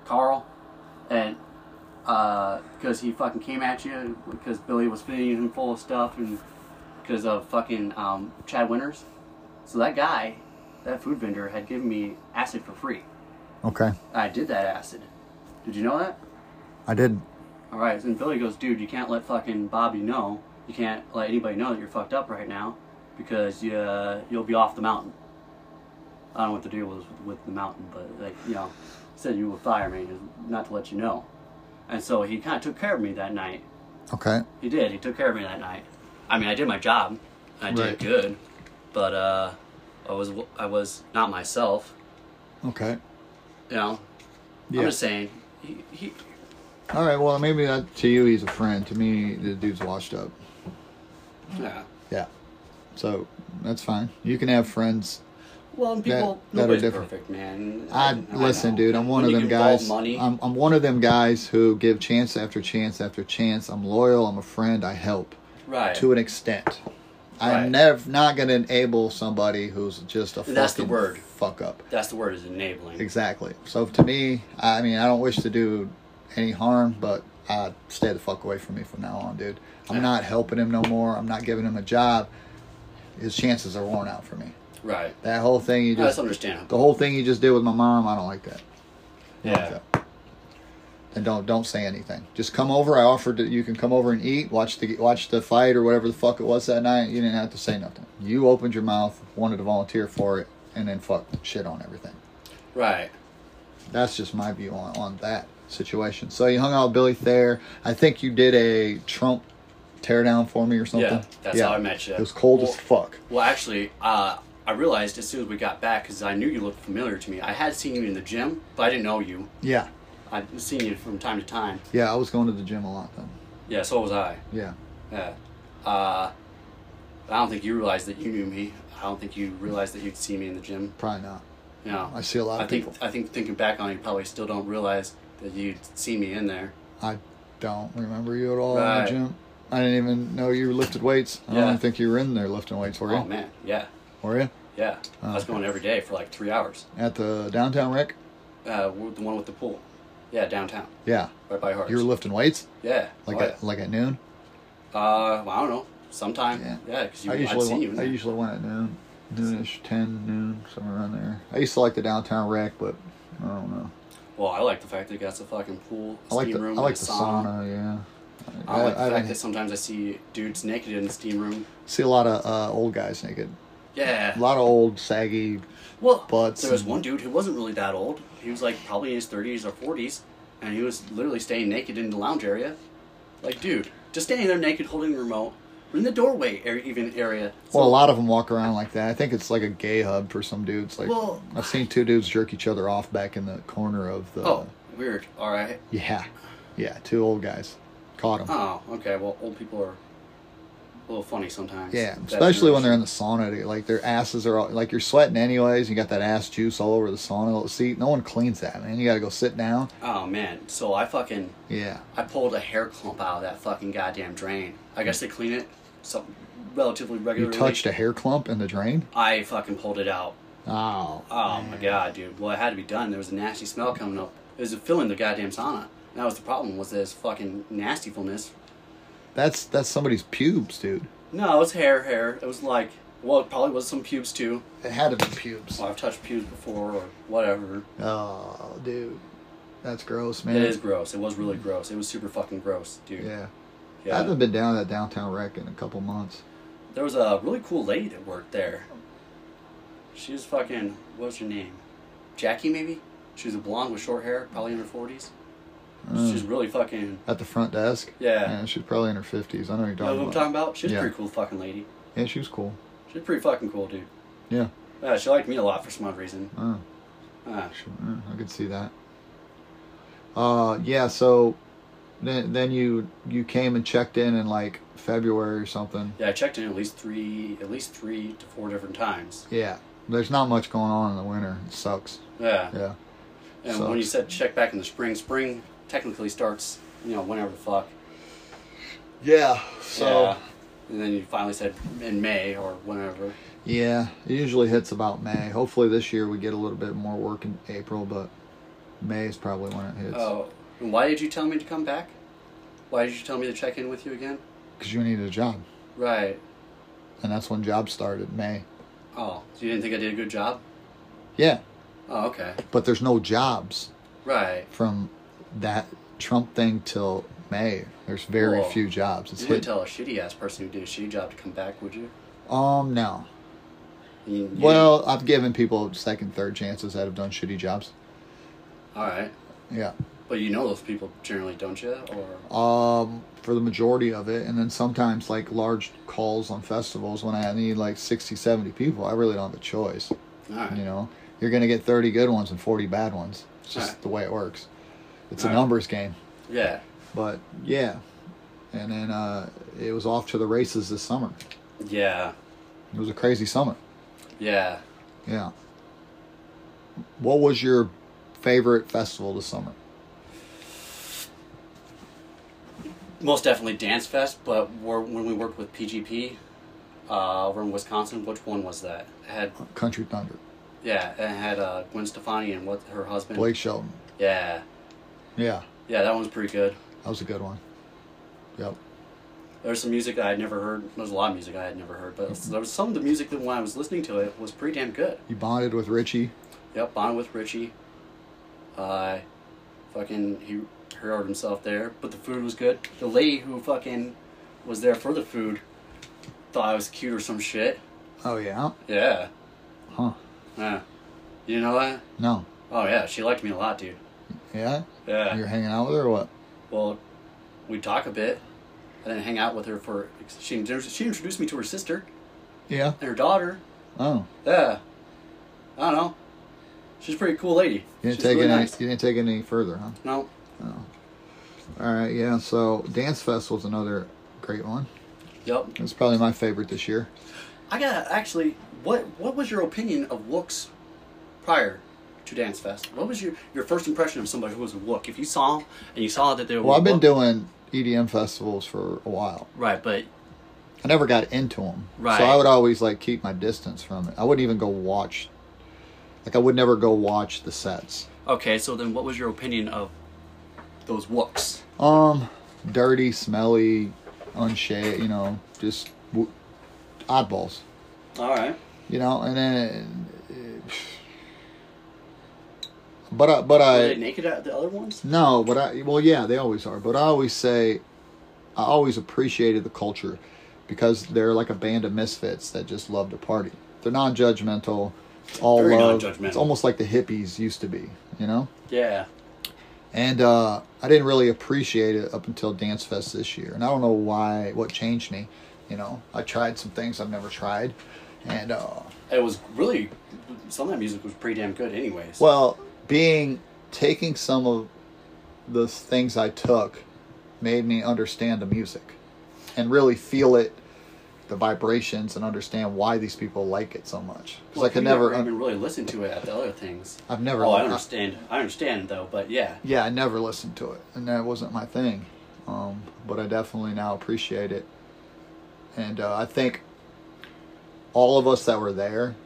Speaker 2: Carl, and because he fucking came at you because Billy was feeding him full of stuff and because of fucking um, Chad Winters. So that guy, that food vendor, had given me acid for free.
Speaker 1: Okay.
Speaker 2: I did that acid. Did you know that?
Speaker 1: I didn't.
Speaker 2: All right, and Billy goes, dude, you can't let fucking Bobby know. You can't let anybody know that you're fucked up right now, because you uh, you'll be off the mountain. I don't know what the deal was with, with the mountain, but like you know, said you were fire me, not to let you know. And so he kind of took care of me that night.
Speaker 1: Okay.
Speaker 2: He did. He took care of me that night. I mean, I did my job. I did
Speaker 1: Right.
Speaker 2: good, but uh, I was I was not myself.
Speaker 1: Okay.
Speaker 2: You know,
Speaker 1: Yeah.
Speaker 2: I'm just saying. He, he,
Speaker 1: All right. Well, maybe that, to you he's a friend. To me, the dude's washed up.
Speaker 2: yeah.
Speaker 1: Yeah. So that's fine. You can have friends
Speaker 2: Well, and people,
Speaker 1: that are
Speaker 2: nobody's
Speaker 1: different.
Speaker 2: perfect, man.
Speaker 1: I
Speaker 2: know.
Speaker 1: listen, dude. I'm one
Speaker 2: When
Speaker 1: of
Speaker 2: you
Speaker 1: them
Speaker 2: involve
Speaker 1: guys.
Speaker 2: Money.
Speaker 1: I'm I'm one of them guys who give chance after chance after chance. I'm loyal. I'm a friend. I help
Speaker 2: right.
Speaker 1: to an extent.
Speaker 2: Right.
Speaker 1: I'm never not gonna enable somebody who's just a
Speaker 2: That's the
Speaker 1: fucking
Speaker 2: word.
Speaker 1: fuck up.
Speaker 2: That's the word is enabling.
Speaker 1: Exactly. So to me, I mean, I don't wish to do any harm, but uh, stay the fuck away from me from now on, dude. I'm
Speaker 2: Yeah.
Speaker 1: not helping him no more. I'm not giving him a job. His chances are worn out for me.
Speaker 2: Right.
Speaker 1: That whole thing you
Speaker 2: No, that's
Speaker 1: just the
Speaker 2: understandable.
Speaker 1: whole thing you just did with my mom, I don't like that.
Speaker 2: Yeah.
Speaker 1: And don't don't say anything. Just come over. I offered that you can come over and eat, watch the watch the fight or whatever the fuck it was that night. You didn't have to say nothing. You opened your mouth, wanted to volunteer for it, and then fuck shit on everything.
Speaker 2: Right.
Speaker 1: That's just my view on, on that situation. So you hung out with Billy Thayer. I think you did a Trump teardown for me or something.
Speaker 2: Yeah. That's how I met you.
Speaker 1: It was cold
Speaker 2: well,
Speaker 1: as fuck.
Speaker 2: Well, actually, uh, I realized as soon as we got back because I knew you looked familiar to me. I had seen you in the gym, but I didn't know you.
Speaker 1: Yeah,
Speaker 2: I'd seen you from time to time.
Speaker 1: yeah. I was going to the gym a lot then.
Speaker 2: Yeah. So was I.
Speaker 1: Yeah.
Speaker 2: Yeah. Uh, I don't think you realized that you knew me. I don't think you realized that you'd see me in the gym.
Speaker 1: Probably not.
Speaker 2: Yeah.
Speaker 1: I see a lot
Speaker 2: I
Speaker 1: of
Speaker 2: think
Speaker 1: people.
Speaker 2: I think thinking back on it, you probably still don't realize that you'd see me in there.
Speaker 1: I don't remember you at all in
Speaker 2: Right.
Speaker 1: the gym. I didn't even know you lifted weights. I don't
Speaker 2: Yeah.
Speaker 1: even think you were in there lifting weights, were you?
Speaker 2: Oh man, yeah,
Speaker 1: Were you?
Speaker 2: yeah.
Speaker 1: Oh,
Speaker 2: I was going every day for like three hours.
Speaker 1: At the downtown rec?
Speaker 2: Uh, with the one with the pool. Yeah, downtown,
Speaker 1: Yeah.
Speaker 2: right by Hart's.
Speaker 1: You were lifting weights?
Speaker 2: yeah,
Speaker 1: Like
Speaker 2: oh,
Speaker 1: at like at noon?
Speaker 2: yeah. Uh, well, I don't know. Sometime,
Speaker 1: Yeah.
Speaker 2: yeah, because
Speaker 1: I
Speaker 2: I'd
Speaker 1: usually
Speaker 2: seen you.
Speaker 1: went,
Speaker 2: In
Speaker 1: I
Speaker 2: there.
Speaker 1: usually went at noon. Noonish, ten, noon, somewhere around there. I used to like the downtown rec, but I don't know.
Speaker 2: Well, I like the fact that it got a fucking pool,
Speaker 1: I like
Speaker 2: steam
Speaker 1: the
Speaker 2: room,
Speaker 1: I like
Speaker 2: and
Speaker 1: the
Speaker 2: a sauna.
Speaker 1: sauna, yeah.
Speaker 2: I like the
Speaker 1: I, I
Speaker 2: fact
Speaker 1: didn't
Speaker 2: that sometimes I see dudes naked in the steam room.
Speaker 1: see a lot of uh, old guys naked.
Speaker 2: Yeah.
Speaker 1: A lot of old saggy
Speaker 2: Well,
Speaker 1: butts
Speaker 2: there was
Speaker 1: and-
Speaker 2: one dude who wasn't really that old. He was like probably in his 30s or 40s, and he was literally staying naked in the lounge area. Like, dude, just standing there naked holding the remote. We're in the doorway area, even area. So-
Speaker 1: Well, a lot of them walk around like that. I think it's like a gay hub for some dudes. Like
Speaker 2: Well-
Speaker 1: I've seen two dudes jerk each other off back in the corner of the.
Speaker 2: Oh, weird. All right.
Speaker 1: Yeah, yeah, two old guys caught them.
Speaker 2: Oh, okay. Well, old people are a little funny sometimes.
Speaker 1: Yeah,
Speaker 2: That
Speaker 1: especially when they're in
Speaker 2: generation.
Speaker 1: the sauna. dude. Like their asses are all, like you're sweating anyways. You got that ass juice all over the sauna seat. No one cleans that, man. You got to go sit down.
Speaker 2: Oh man, so I fucking
Speaker 1: Yeah,
Speaker 2: I pulled a hair clump out of that fucking goddamn drain. I guess they clean it some relatively
Speaker 1: you
Speaker 2: regularly.
Speaker 1: touched a hair clump in the drain.
Speaker 2: I fucking pulled it out.
Speaker 1: Oh,
Speaker 2: Oh my god, dude. Well, it had to be done. There was a nasty smell coming up. It was filling the goddamn sauna. And that was the problem. Was this fucking nastifulness?
Speaker 1: that's that's somebody's pubes, dude.
Speaker 2: No, it was hair, hair. It was like, well, it probably was some pubes too.
Speaker 1: It had to be pubes.
Speaker 2: Well, I've touched pubes before or whatever.
Speaker 1: Oh, dude, that's gross,
Speaker 2: It
Speaker 1: man.
Speaker 2: is gross. It was really gross. It was super fucking gross, dude.
Speaker 1: Yeah. I
Speaker 2: Yeah.
Speaker 1: haven't been down to that downtown wreck in a couple months.
Speaker 2: There was a really cool lady that worked there. She was fucking. What was her name? Jackie, maybe. She was a blonde with short hair, probably in her forties.
Speaker 1: Mm.
Speaker 2: She was really fucking.
Speaker 1: At the front desk.
Speaker 2: Yeah.
Speaker 1: Yeah, she's probably in her fifties. I know you're
Speaker 2: You know
Speaker 1: talking
Speaker 2: what I'm
Speaker 1: about.
Speaker 2: talking about? She's
Speaker 1: Yeah.
Speaker 2: a pretty cool fucking lady.
Speaker 1: Yeah, she was cool.
Speaker 2: She's pretty fucking cool, dude.
Speaker 1: Yeah.
Speaker 2: Uh, she liked me a lot for some odd reason.
Speaker 1: Oh.
Speaker 2: Uh,
Speaker 1: Sure, I could see that. Uh, yeah. So then, then you you came and checked in in like February or something.
Speaker 2: yeah, I checked in at least three, at least three to four different times.
Speaker 1: Yeah. There's not much going on in the winter. It sucks.
Speaker 2: Yeah.
Speaker 1: Yeah.
Speaker 2: And
Speaker 1: Sucks.
Speaker 2: when you said check back in the spring, spring technically starts, you know, whenever the fuck.
Speaker 1: Yeah. So yeah,
Speaker 2: Yeah. And then you finally said in May or whenever.
Speaker 1: it usually hits about May. Hopefully this year we get a little bit more work in April, but May is probably when it hits.
Speaker 2: Oh, and why did you tell me to come back? Why did you tell me to check in with you again?
Speaker 1: Because you needed a job,
Speaker 2: Right.
Speaker 1: and that's when jobs started May.
Speaker 2: Oh, so you didn't think I did a good job?
Speaker 1: Yeah,
Speaker 2: Oh, okay.
Speaker 1: but there's no jobs
Speaker 2: Right.
Speaker 1: from that Trump thing till May. There's very
Speaker 2: Whoa.
Speaker 1: few jobs. It's
Speaker 2: You wouldn't
Speaker 1: hit,
Speaker 2: tell a shitty ass person who did a shitty job to come back, would you?
Speaker 1: um no.
Speaker 2: You- you-
Speaker 1: Well, I've given people second, third chances that have done shitty jobs.
Speaker 2: all right.
Speaker 1: Yeah.
Speaker 2: But you know those people generally, don't you? Or
Speaker 1: Um, for the majority of it, and then sometimes like large calls on festivals when I need like 60, 70 people, I really don't have a choice.
Speaker 2: all right.
Speaker 1: You know, you're gonna get thirty good ones and forty bad ones. It's just
Speaker 2: Right.
Speaker 1: the way it works. It's a
Speaker 2: Right.
Speaker 1: numbers game.
Speaker 2: Yeah.
Speaker 1: But yeah, and then uh, it was off to the races this summer.
Speaker 2: Yeah.
Speaker 1: It was a crazy summer.
Speaker 2: Yeah.
Speaker 1: Yeah. What was your favorite festival this summer?
Speaker 2: Most definitely Dance Fest, but we're, when we worked with PGP uh, over in Wisconsin, which one was that? It had
Speaker 1: Country Thunder,
Speaker 2: yeah, it had uh, Gwen Stefani and what her husband.
Speaker 1: Blake Shelton.
Speaker 2: Yeah.
Speaker 1: Yeah,
Speaker 2: Yeah, that one's pretty good.
Speaker 1: that was a good one. Yep.
Speaker 2: There's some music that I had never heard. There's a lot of music I had never heard, but there was some of the music that when I was listening to it was pretty damn good.
Speaker 1: You bonded with Richie.
Speaker 2: Yep, Bond with Richie. Uh, fucking, he hurt himself there, but the food was good. The lady who fucking was there for the food thought I was cute or some shit.
Speaker 1: Oh yeah.
Speaker 2: Yeah.
Speaker 1: Huh.
Speaker 2: Yeah. You know that?
Speaker 1: No.
Speaker 2: Oh yeah, she liked me a lot, dude.
Speaker 1: Yeah.
Speaker 2: Yeah.
Speaker 1: You're hanging out with her or what?
Speaker 2: Well, we talk a bit, and then hang out with her for. She she introduced me to her sister
Speaker 1: Yeah.
Speaker 2: and her daughter.
Speaker 1: Oh.
Speaker 2: Yeah. I don't know. She's a pretty cool lady.
Speaker 1: You didn't
Speaker 2: She's
Speaker 1: take
Speaker 2: really
Speaker 1: it any.
Speaker 2: nice.
Speaker 1: You didn't take it any further, huh?
Speaker 2: No.
Speaker 1: All right. Yeah. So Dance Festival's another great one.
Speaker 2: Yep.
Speaker 1: It's probably my favorite this year.
Speaker 2: I gotta actually. What What was your opinion of looks prior to Dance Fest? What was your your first impression of somebody who was a look? If you saw 'em and you saw that they were.
Speaker 1: Well, I've been
Speaker 2: wook-
Speaker 1: doing EDM festivals for a while.
Speaker 2: Right, but
Speaker 1: I never got into them.
Speaker 2: Right.
Speaker 1: So I would always like keep my distance from it. I wouldn't even go watch. Like I would never go watch the sets.
Speaker 2: okay. So then, what was your opinion of those looks?
Speaker 1: Um, dirty, smelly, unshaved. You know, just w- oddballs.
Speaker 2: All right.
Speaker 1: You know, and then. eh, But I, but
Speaker 2: Were they
Speaker 1: I
Speaker 2: naked at the other ones?
Speaker 1: no, but I well yeah they always are. But I always say, I always appreciated the culture, because they're like a band of misfits that just love to party. They're non-judgmental, all
Speaker 2: Very
Speaker 1: love.
Speaker 2: non-judgmental.
Speaker 1: It's almost like the hippies used to be, you know.
Speaker 2: Yeah.
Speaker 1: And uh, I didn't really appreciate it up until Dance Fest this year. And I don't know why, what changed me. You know, I tried some things I've never tried. And, uh,
Speaker 2: It was really some of that music was pretty damn good, anyways.
Speaker 1: well, being, taking some of the things I took made me understand the music and really feel it the vibrations and understand why these people like it so much. Because
Speaker 2: Well,
Speaker 1: I could
Speaker 2: we
Speaker 1: never,
Speaker 2: even really listen to it at the other things.
Speaker 1: I've never.
Speaker 2: Oh, I
Speaker 1: I-
Speaker 2: understand. I understand though, but yeah,
Speaker 1: yeah, I never listened to it, and that wasn't my thing. Um, but I definitely now appreciate it, and uh, I think all of us that were there,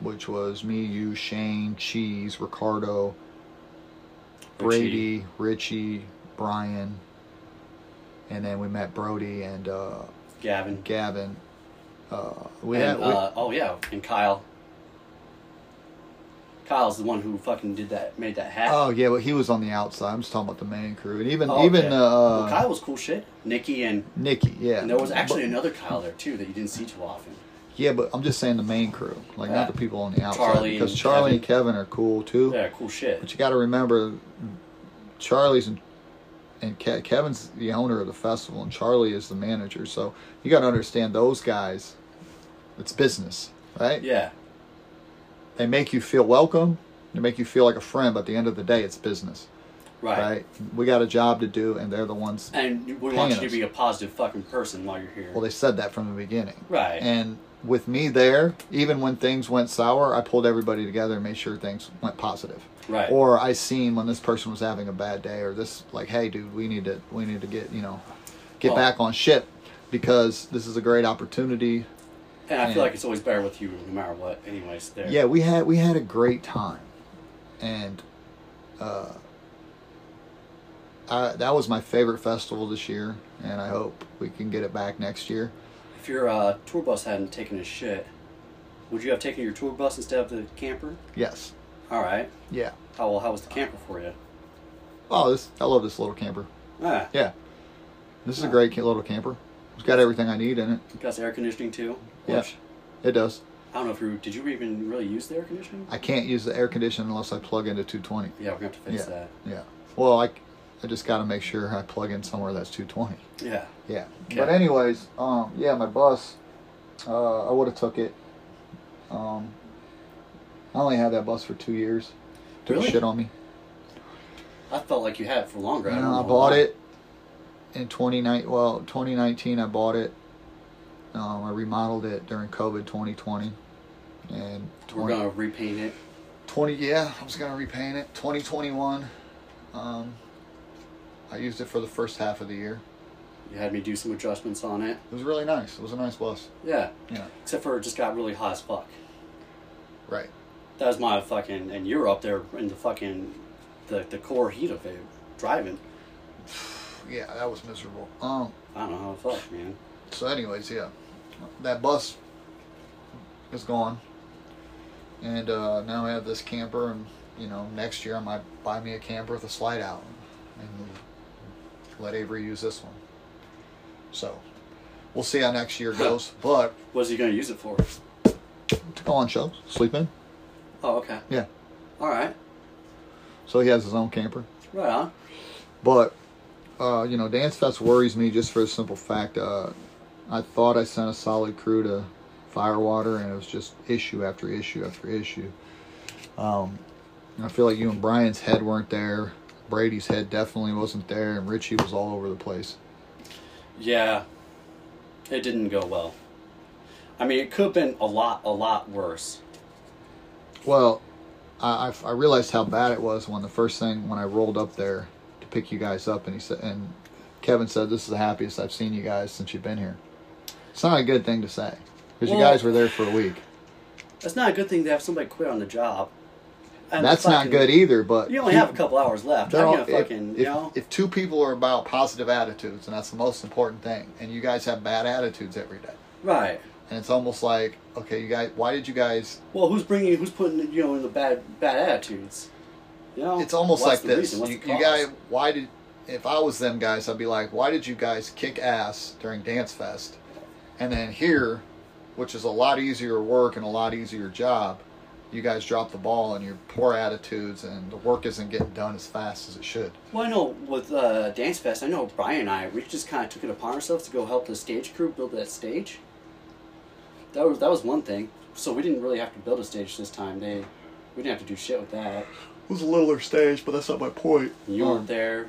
Speaker 1: which was me, you, Shane, Cheese, Ricardo, Brady, Richie, Brian, and then we met Brody and uh,
Speaker 2: Gavin,
Speaker 1: Gavin. Uh, we
Speaker 2: and,
Speaker 1: had we-
Speaker 2: uh, oh yeah, and Kyle. Kyle's the one who fucking did that, made that happen.
Speaker 1: oh yeah, but he was on the outside. I'm just talking about the main crew, and even
Speaker 2: Oh,
Speaker 1: even
Speaker 2: yeah.
Speaker 1: the uh,
Speaker 2: Well, Kyle was cool shit. Nikki and,
Speaker 1: Nikki. Yeah,
Speaker 2: and there was
Speaker 1: But-
Speaker 2: actually another Kyle there too that you didn't see too often.
Speaker 1: Yeah, but I'm just saying the main crew, like
Speaker 2: Yeah.
Speaker 1: not the people on the outside,
Speaker 2: Charlie
Speaker 1: because
Speaker 2: and
Speaker 1: Charlie and Kevin are cool too.
Speaker 2: Yeah, cool shit.
Speaker 1: But you got to remember, Charlie's and and Ke- Kevin's the owner of the festival, and Charlie is the manager. So you got to understand those guys. It's business, right?
Speaker 2: Yeah,
Speaker 1: They make you feel welcome. They make you feel like a friend. But at the end of the day, it's business,
Speaker 2: right.
Speaker 1: right? We got a job to do, and they're the ones.
Speaker 2: And you- we
Speaker 1: Paying
Speaker 2: want you
Speaker 1: us.
Speaker 2: to be a positive fucking person while you're here.
Speaker 1: Well, they said that from the beginning.
Speaker 2: right.
Speaker 1: And with me there, even when things went sour, I pulled everybody together and made sure things went positive.
Speaker 2: right.
Speaker 1: Or I seen when this person was having a bad day, or this like, hey, dude, we need to we need to get you know get
Speaker 2: Well-
Speaker 1: back on ship because this is a great opportunity.
Speaker 2: and I feel
Speaker 1: yeah.
Speaker 2: like it's always better with you no matter what. Anyways, there.
Speaker 1: Yeah, we had we had a great time, and uh, I, that was my favorite festival this year, and I hope we can get it back next year.
Speaker 2: If your uh, tour bus hadn't taken a shit, would you have taken your tour bus instead of the camper?
Speaker 1: Yes,
Speaker 2: All right.
Speaker 1: yeah.
Speaker 2: How well? How was the camper for you?
Speaker 1: Oh, this I love this little camper.
Speaker 2: Ah,
Speaker 1: Yeah. This is a great ca- little camper. It's got everything I need in it.
Speaker 2: it got air conditioning too.
Speaker 1: Yeah.
Speaker 2: Which-
Speaker 1: It does.
Speaker 2: I don't know if you did. You even really use the air conditioning?
Speaker 1: I can't use the air conditioning unless I plug into 220.
Speaker 2: yeah, we're gonna have to fix
Speaker 1: Yeah.
Speaker 2: that.
Speaker 1: Yeah. Well, I, I just got to make sure I plug in somewhere that's 220.
Speaker 2: Yeah.
Speaker 1: Yeah.
Speaker 2: Okay.
Speaker 1: But anyways, um, yeah, my bus, uh, I would have took it. Um, I only had that bus for two years. Took
Speaker 2: Really?
Speaker 1: shit on me.
Speaker 2: I felt like you had it for longer. I,
Speaker 1: And
Speaker 2: don't
Speaker 1: I
Speaker 2: know
Speaker 1: bought
Speaker 2: why.
Speaker 1: it in 2019. Well, 2019, I bought it. Um, I remodeled it during COVID 2020. And
Speaker 2: We're
Speaker 1: 20,
Speaker 2: gonna repaint it.
Speaker 1: 20 yeah, I was going to repaint it. 2021, um, I used it for the first half of the year.
Speaker 2: You had me do some adjustments on it.
Speaker 1: It was really nice. It was a nice bus.
Speaker 2: Yeah.
Speaker 1: Yeah.
Speaker 2: Except for it just got really hot as fuck.
Speaker 1: Right.
Speaker 2: That was my fucking. And you were up there in the fucking, the the core heat of it, driving.
Speaker 1: Yeah, that was miserable. Um,
Speaker 2: I don't know how it felt, man.
Speaker 1: so, anyways, yeah, that bus is gone, and uh, now I have this camper, and you know, next year I might buy me a camper with a slide out, and let Avery use this one. So, we'll see how next year goes. but
Speaker 2: What is he gonna use it for?
Speaker 1: to go on shows, sleep in,
Speaker 2: Oh, okay.
Speaker 1: yeah.
Speaker 2: All right.
Speaker 1: So he has his own camper.
Speaker 2: Right on.
Speaker 1: But uh, you know, Dance Fest worries me just for the simple fact uh, I thought I sent a solid crew to Firewater, and it was just issue after issue after issue. Um, and I feel like you and Brian's head weren't there. Brady's head definitely wasn't there, and Richie was all over the place.
Speaker 2: Yeah. It didn't go well. I mean, it could have been a lot, a lot worse.
Speaker 1: Well, I, I- I realized how bad it was when the first thing when I rolled up there to pick you guys up, and he said, and Kevin said, "This is the happiest I've seen you guys since you've been here." It's not a good thing to say because you
Speaker 2: Well-
Speaker 1: guys were there for a week.
Speaker 2: That's not a good thing to have somebody quit on the job. And
Speaker 1: That's not
Speaker 2: fucking-
Speaker 1: good either, but
Speaker 2: You only have a couple hours left.
Speaker 1: they're
Speaker 2: I'm
Speaker 1: all-
Speaker 2: gonna
Speaker 1: if,
Speaker 2: fucking, you
Speaker 1: if-
Speaker 2: know.
Speaker 1: if two people are about positive attitudes, and that's the most important thing, and you guys have bad attitudes every day,
Speaker 2: right.
Speaker 1: and it's almost like, okay, you guys, why did you guys?
Speaker 2: Well, who's bringing? Who's putting? You know, in the bad, bad attitudes. You know.
Speaker 1: It's almost like
Speaker 2: What's the
Speaker 1: this.
Speaker 2: reason? What's
Speaker 1: You,
Speaker 2: the
Speaker 1: you
Speaker 2: cause?
Speaker 1: guys, why did? If I was them guys, I'd be like, why did you guys kick ass during Dance Fest, and then here, which is a lot easier work and a lot easier job, you guys drop the ball and your poor attitudes, and the work isn't getting done as fast as it should.
Speaker 2: Well, I know with uh, Dance Fest, I know Brian and I, we just kind of took it upon ourselves to go help the stage crew build that stage. That was that was one thing. So we didn't really have to build a stage this time. They, we didn't have to do shit with that.
Speaker 1: It was a littler stage, but that's not my point.
Speaker 2: You weren't there.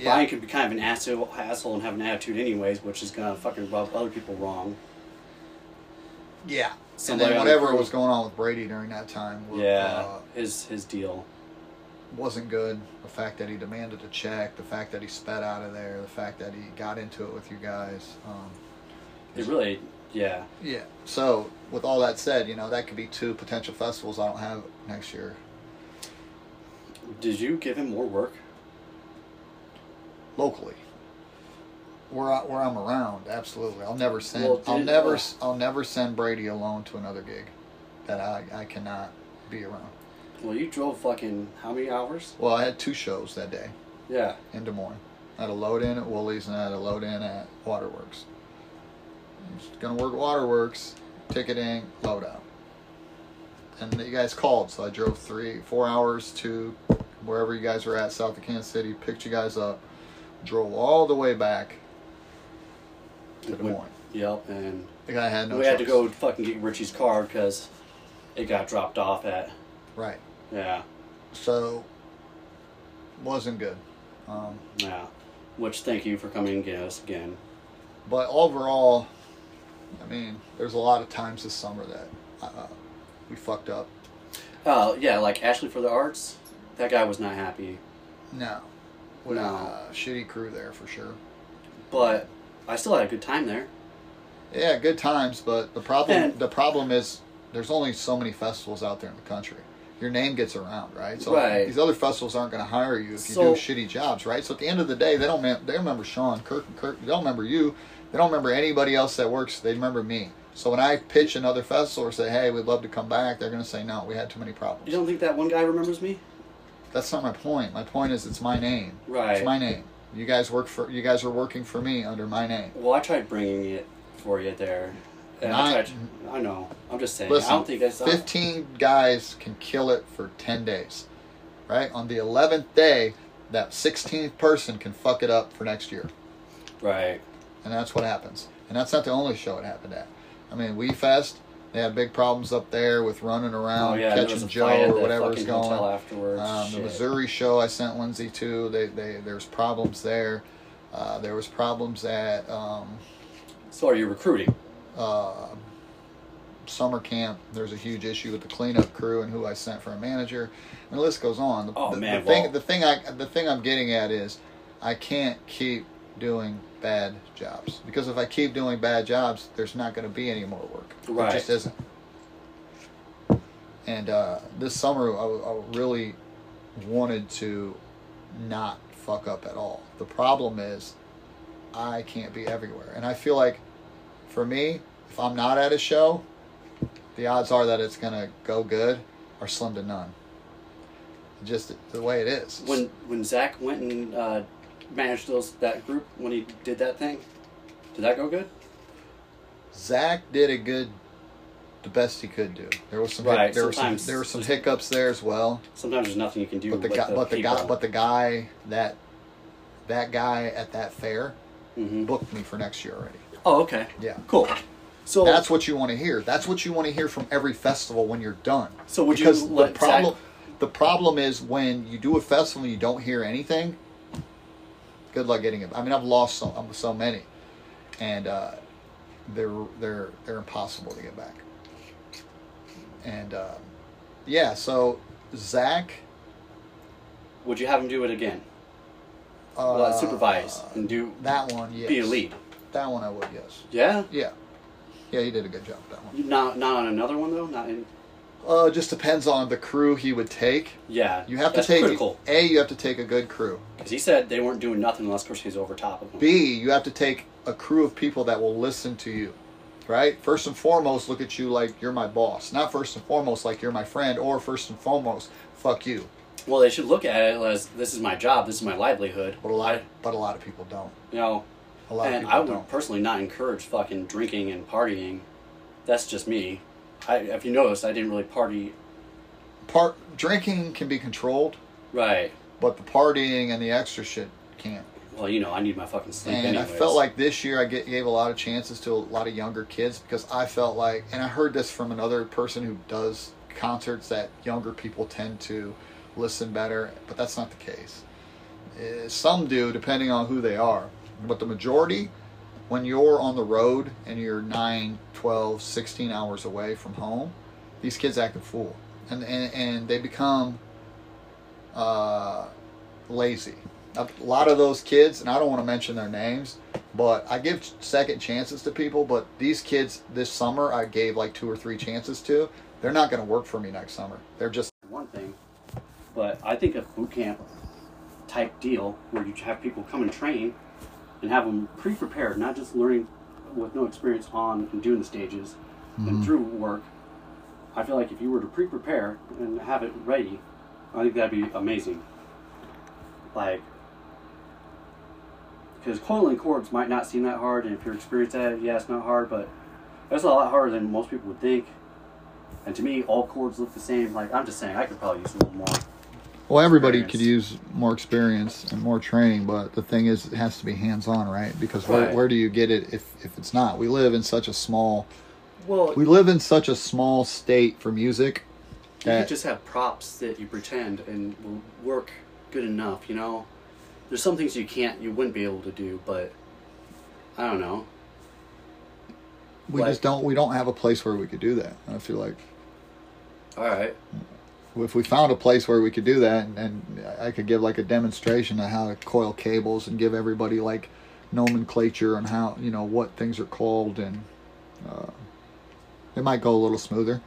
Speaker 1: Yeah.
Speaker 2: Brian can be kind of an asshole, asshole and have an attitude anyways, which is gonna fucking rub other people wrong.
Speaker 1: Yeah. And
Speaker 2: Somebody
Speaker 1: then
Speaker 2: on the
Speaker 1: whatever
Speaker 2: crew-
Speaker 1: was going on with Brady during that time was,
Speaker 2: Yeah,
Speaker 1: uh,
Speaker 2: his his deal.
Speaker 1: wasn't good. The fact that he demanded a check, the fact that he sped out of there, the fact that he got into it with you guys. Um,
Speaker 2: It really, yeah,
Speaker 1: yeah. So, with all that said, you know, that could be two potential festivals I don't have next year.
Speaker 2: Did you give him more work?
Speaker 1: locally. Where I, where I'm around, absolutely. I'll never send.
Speaker 2: Well,
Speaker 1: I'll
Speaker 2: dude, uh,
Speaker 1: never.
Speaker 2: well-
Speaker 1: s I'll never send Brady alone to another gig, that I I cannot be around.
Speaker 2: Well, you drove fucking how many hours?
Speaker 1: Well, I had two shows that day
Speaker 2: Yeah.
Speaker 1: in Des Moines. I had a load in at Woolies and I had a load in at Waterworks. I'm just gonna work at Waterworks, ticketing, load out. And you guys called, so I drove three, four hours to wherever you guys were at, south of Kansas City, picked you guys up, drove all the way back to Des
Speaker 2: We-
Speaker 1: Moines.
Speaker 2: Yep, and
Speaker 1: The guy had no.
Speaker 2: we had to
Speaker 1: choice.
Speaker 2: go fucking get Richie's car because it got dropped off at.
Speaker 1: Right.
Speaker 2: Yeah,
Speaker 1: So, wasn't good. Um,
Speaker 2: yeah. Which thank you for coming and getting us again.
Speaker 1: but overall, I mean, there's a lot of times this summer that uh, we fucked up.
Speaker 2: Oh yeah, like Ashley for the Arts. That guy was not happy,
Speaker 1: No. With
Speaker 2: No.
Speaker 1: uh, shitty crew there for sure.
Speaker 2: but I still had a good time there.
Speaker 1: Yeah, good times, but the problem
Speaker 2: And-
Speaker 1: the problem is there's only so many festivals out there in the country. Your name gets around, right? So
Speaker 2: Right.
Speaker 1: these other festivals aren't going to hire you if you
Speaker 2: So-
Speaker 1: do shitty jobs, right? So at the end of the day, they don't mem- they don't remember Sean, Kirk, and Kirk. They don't remember you. They don't remember anybody else that works. They remember me. So when I pitch another festival or say, "Hey, we'd love to come back," they're going to say, "No, we had too many problems."
Speaker 2: You don't think that one guy remembers me?
Speaker 1: That's not my point. My point is it's my name.
Speaker 2: Right.
Speaker 1: It's my name. You guys work for you guys are working for me under my name.
Speaker 2: Well, I tried bringing it for you there. And I,
Speaker 1: Not-
Speaker 2: tried, I know. I'm just saying.
Speaker 1: Listen,
Speaker 2: I don't think that's
Speaker 1: 15 guys can kill it for 10 days, right? On the 11th day, that 16th person can fuck it up for next year.
Speaker 2: right.
Speaker 1: And that's what happens. And that's not the only show it happened at. I mean, We Fest, they had big problems up there with running around,
Speaker 2: oh yeah, there was
Speaker 1: catching
Speaker 2: a
Speaker 1: Joe
Speaker 2: fight at
Speaker 1: or
Speaker 2: the
Speaker 1: whatever's
Speaker 2: fucking
Speaker 1: going
Speaker 2: hotel afterwards.
Speaker 1: um, the
Speaker 2: Shit.
Speaker 1: Missouri show I sent Lindsay to, they, they, there's problems there. Uh, there was problems at um,
Speaker 2: So are you recruiting?
Speaker 1: uh, summer camp. There's a huge issue with the cleanup crew and who I sent for a manager, and the list goes on. The,
Speaker 2: Oh,
Speaker 1: the,
Speaker 2: man,
Speaker 1: the thing
Speaker 2: well-
Speaker 1: the thing I the thing I'm getting at is I can't keep doing bad jobs because if I keep doing bad jobs, there's not going to be any more work.
Speaker 2: Right.
Speaker 1: It just isn't. And uh, this summer, I, I really wanted to not fuck up at all. The problem is, I can't be everywhere, and I feel like for me, if I'm not at a show, the odds are that it's gonna go good are slim to none. Just the way it is.
Speaker 2: When when Zach went and uh, managed those that group when he did that thing, did that go good?
Speaker 1: Zach did a good, the best he could do. There was some
Speaker 2: Right,
Speaker 1: there were some
Speaker 2: sometimes
Speaker 1: there were some
Speaker 2: there's-
Speaker 1: hiccups there as well.
Speaker 2: Sometimes there's nothing you can do.
Speaker 1: But the
Speaker 2: with
Speaker 1: guy,
Speaker 2: the
Speaker 1: but the
Speaker 2: people.
Speaker 1: guy, but the guy that that guy at that fair
Speaker 2: Mhm.
Speaker 1: booked me for next year already.
Speaker 2: Oh okay.
Speaker 1: Yeah.
Speaker 2: Cool. So
Speaker 1: That's what you want to hear. That's what you want to hear from every festival when you're done.
Speaker 2: So would you
Speaker 1: because
Speaker 2: let
Speaker 1: the problem
Speaker 2: Zach-
Speaker 1: the problem is when you do a festival and you don't hear anything. Good luck getting it. I mean, I've lost so um, so many, and uh, they're they're they're impossible to get back. And uh, yeah, so Zach
Speaker 2: would you have him do it again?
Speaker 1: uh,
Speaker 2: Well, supervise and do
Speaker 1: that one. Yes,
Speaker 2: be a lead.
Speaker 1: That one I would. Yes.
Speaker 2: Yeah.
Speaker 1: Yeah, yeah, he did a good job with that one.
Speaker 2: Not not on another one though. Not in.
Speaker 1: Uh, just depends on the crew he would take.
Speaker 2: Yeah.
Speaker 1: You have to
Speaker 2: that's
Speaker 1: take
Speaker 2: critical
Speaker 1: a. You have to take a good crew.
Speaker 2: because he said they weren't doing nothing unless Christie's over top of him.
Speaker 1: B. You have to take a crew of people that will listen to you, right? First and foremost, look at you like you're my boss. Not first and foremost like you're my friend, or first and foremost, fuck you.
Speaker 2: Well, they should look at it as this is my job, this is my livelihood.
Speaker 1: But a lot,
Speaker 2: I,
Speaker 1: but a lot of people don't.
Speaker 2: you know,
Speaker 1: A lot
Speaker 2: and
Speaker 1: of
Speaker 2: I
Speaker 1: people
Speaker 2: would
Speaker 1: don't.
Speaker 2: personally not encourage fucking drinking and partying. That's just me. I, if you notice, I didn't really party.
Speaker 1: Part drinking can be controlled,
Speaker 2: Right.
Speaker 1: but the partying and the extra shit can't.
Speaker 2: Well, you know, I need my fucking sleep.
Speaker 1: And
Speaker 2: anyways.
Speaker 1: I felt like this year I get, gave a lot of chances to a lot of younger kids because I felt like, and I heard this from another person who does concerts that younger people tend to listen better, but that's not the case. Eh, Some do, depending on who they are. But the majority, when you're on the road and you're 9, 12, 16 hours away from home, these kids act a fool. And, and, and they become uh, lazy. A lot of those kids, and I don't want to mention their names, but I give second chances to people. But these kids this summer, I gave like two or three chances to. They're not going to work for me next summer. They're just
Speaker 2: one thing, but I think a boot camp type deal where you have people come and train and have them pre-prepared, not just learning with no experience on and doing the stages and through work. I feel like if you were to pre-prepare and have it ready, I think that'd be amazing. Like, because coiling cords might not seem that hard, and if you're experienced at it, yeah, it's not hard, but it's a lot harder than most people would think. And to me, all cords look the same. Like I'm just saying, I could probably use a little more.
Speaker 1: Well, everybody
Speaker 2: experience.
Speaker 1: could use more experience and more training, but the thing is, it has to be hands on, right? Because where,
Speaker 2: Right.
Speaker 1: where do you get it if, if it's not? We live in such a small
Speaker 2: Well,
Speaker 1: we live in such a small state for music.
Speaker 2: you
Speaker 1: that-
Speaker 2: could just have props that you pretend and will work good enough. You know, there's some things you can't, you wouldn't be able to do, but I don't know.
Speaker 1: we
Speaker 2: Right.
Speaker 1: just don't we don't have a place where we could do that. I feel like
Speaker 2: All right.
Speaker 1: if we found a place where we could do that, and, and I could give like a demonstration of how to coil cables and give everybody like nomenclature on how you know what things are called, and uh, it might go a little smoother.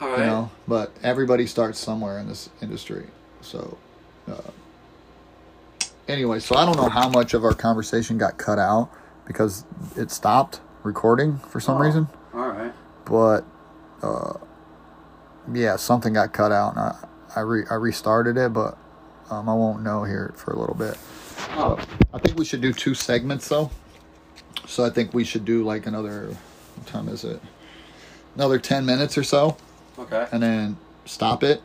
Speaker 2: All
Speaker 1: you
Speaker 2: right.
Speaker 1: know but everybody starts somewhere in this industry so uh, anyway so i don't know how much of our conversation got cut out because it stopped recording for some
Speaker 2: Oh,
Speaker 1: reason
Speaker 2: All right.
Speaker 1: but uh, yeah something got cut out and i, I, re- I restarted it but um, i won't know here for a little bit
Speaker 2: Oh,
Speaker 1: I think we should do two segments though. So I think we should do like another what time is it? Another ten minutes or so
Speaker 2: okay.
Speaker 1: and then stop it,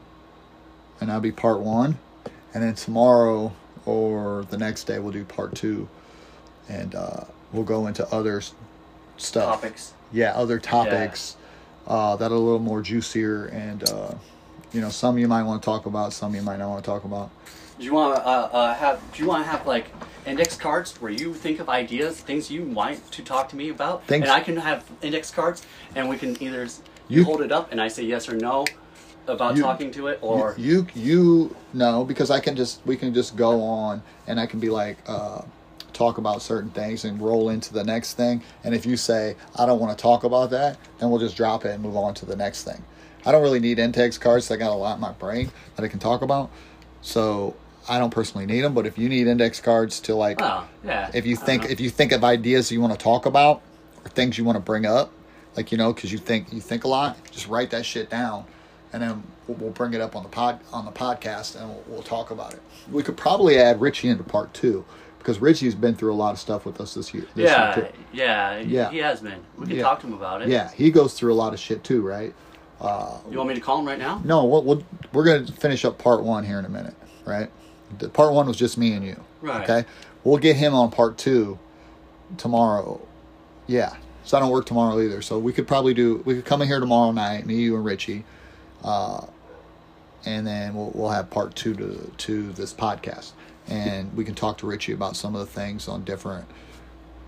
Speaker 1: and that'll be part one. And then tomorrow or the next day, we'll do part two, and uh, we'll go into other s- stuff.
Speaker 2: Topics.
Speaker 1: Yeah, other topics uh, that are a little more juicier, and uh, you know, some you might want to talk about, some you might not want to talk about.
Speaker 2: Do you want to uh, uh, have? Do you want to have like index cards where you think of ideas, things you want to talk to me about,
Speaker 1: Thanks.
Speaker 2: and I can have index cards, and we can either s-
Speaker 1: You-
Speaker 2: hold it up and I say yes or no about
Speaker 1: You-
Speaker 2: talking to it, or
Speaker 1: you you know because I can just we can just go on and I can be like uh, talk about certain things and roll into the next thing and if you say I don't want to talk about that then we'll just drop it and move on to the next thing. I don't really need index cards. I got a lot in my brain that I can talk about, so I don't personally need them. But if you need index cards to like
Speaker 2: oh, yeah. Uh-huh.
Speaker 1: if you
Speaker 2: I don't
Speaker 1: think
Speaker 2: know.
Speaker 1: if you think of ideas you want to talk about or things you want to bring up like you know because you think you think a lot just write that shit down and then we'll, we'll bring it up on the pod on the podcast and we'll, we'll talk about it we could probably add richie into part two because richie's been through a lot of stuff with us this year this year
Speaker 2: yeah,
Speaker 1: too.
Speaker 2: yeah,
Speaker 1: Yeah.
Speaker 2: He has been. We can
Speaker 1: Yeah.
Speaker 2: talk to him about it.
Speaker 1: yeah he goes through a lot of shit too right
Speaker 2: You want me to call him right now?
Speaker 1: no we'll, we'll, we're gonna finish up part one here in a minute right the part one was just me and you
Speaker 2: Right.
Speaker 1: okay we'll get him on part two tomorrow yeah so i don't work tomorrow either so we could probably do we could come in here tomorrow night me you and richie uh, and then we'll, we'll have part two to, to this podcast and we can talk to richie about some of the things on different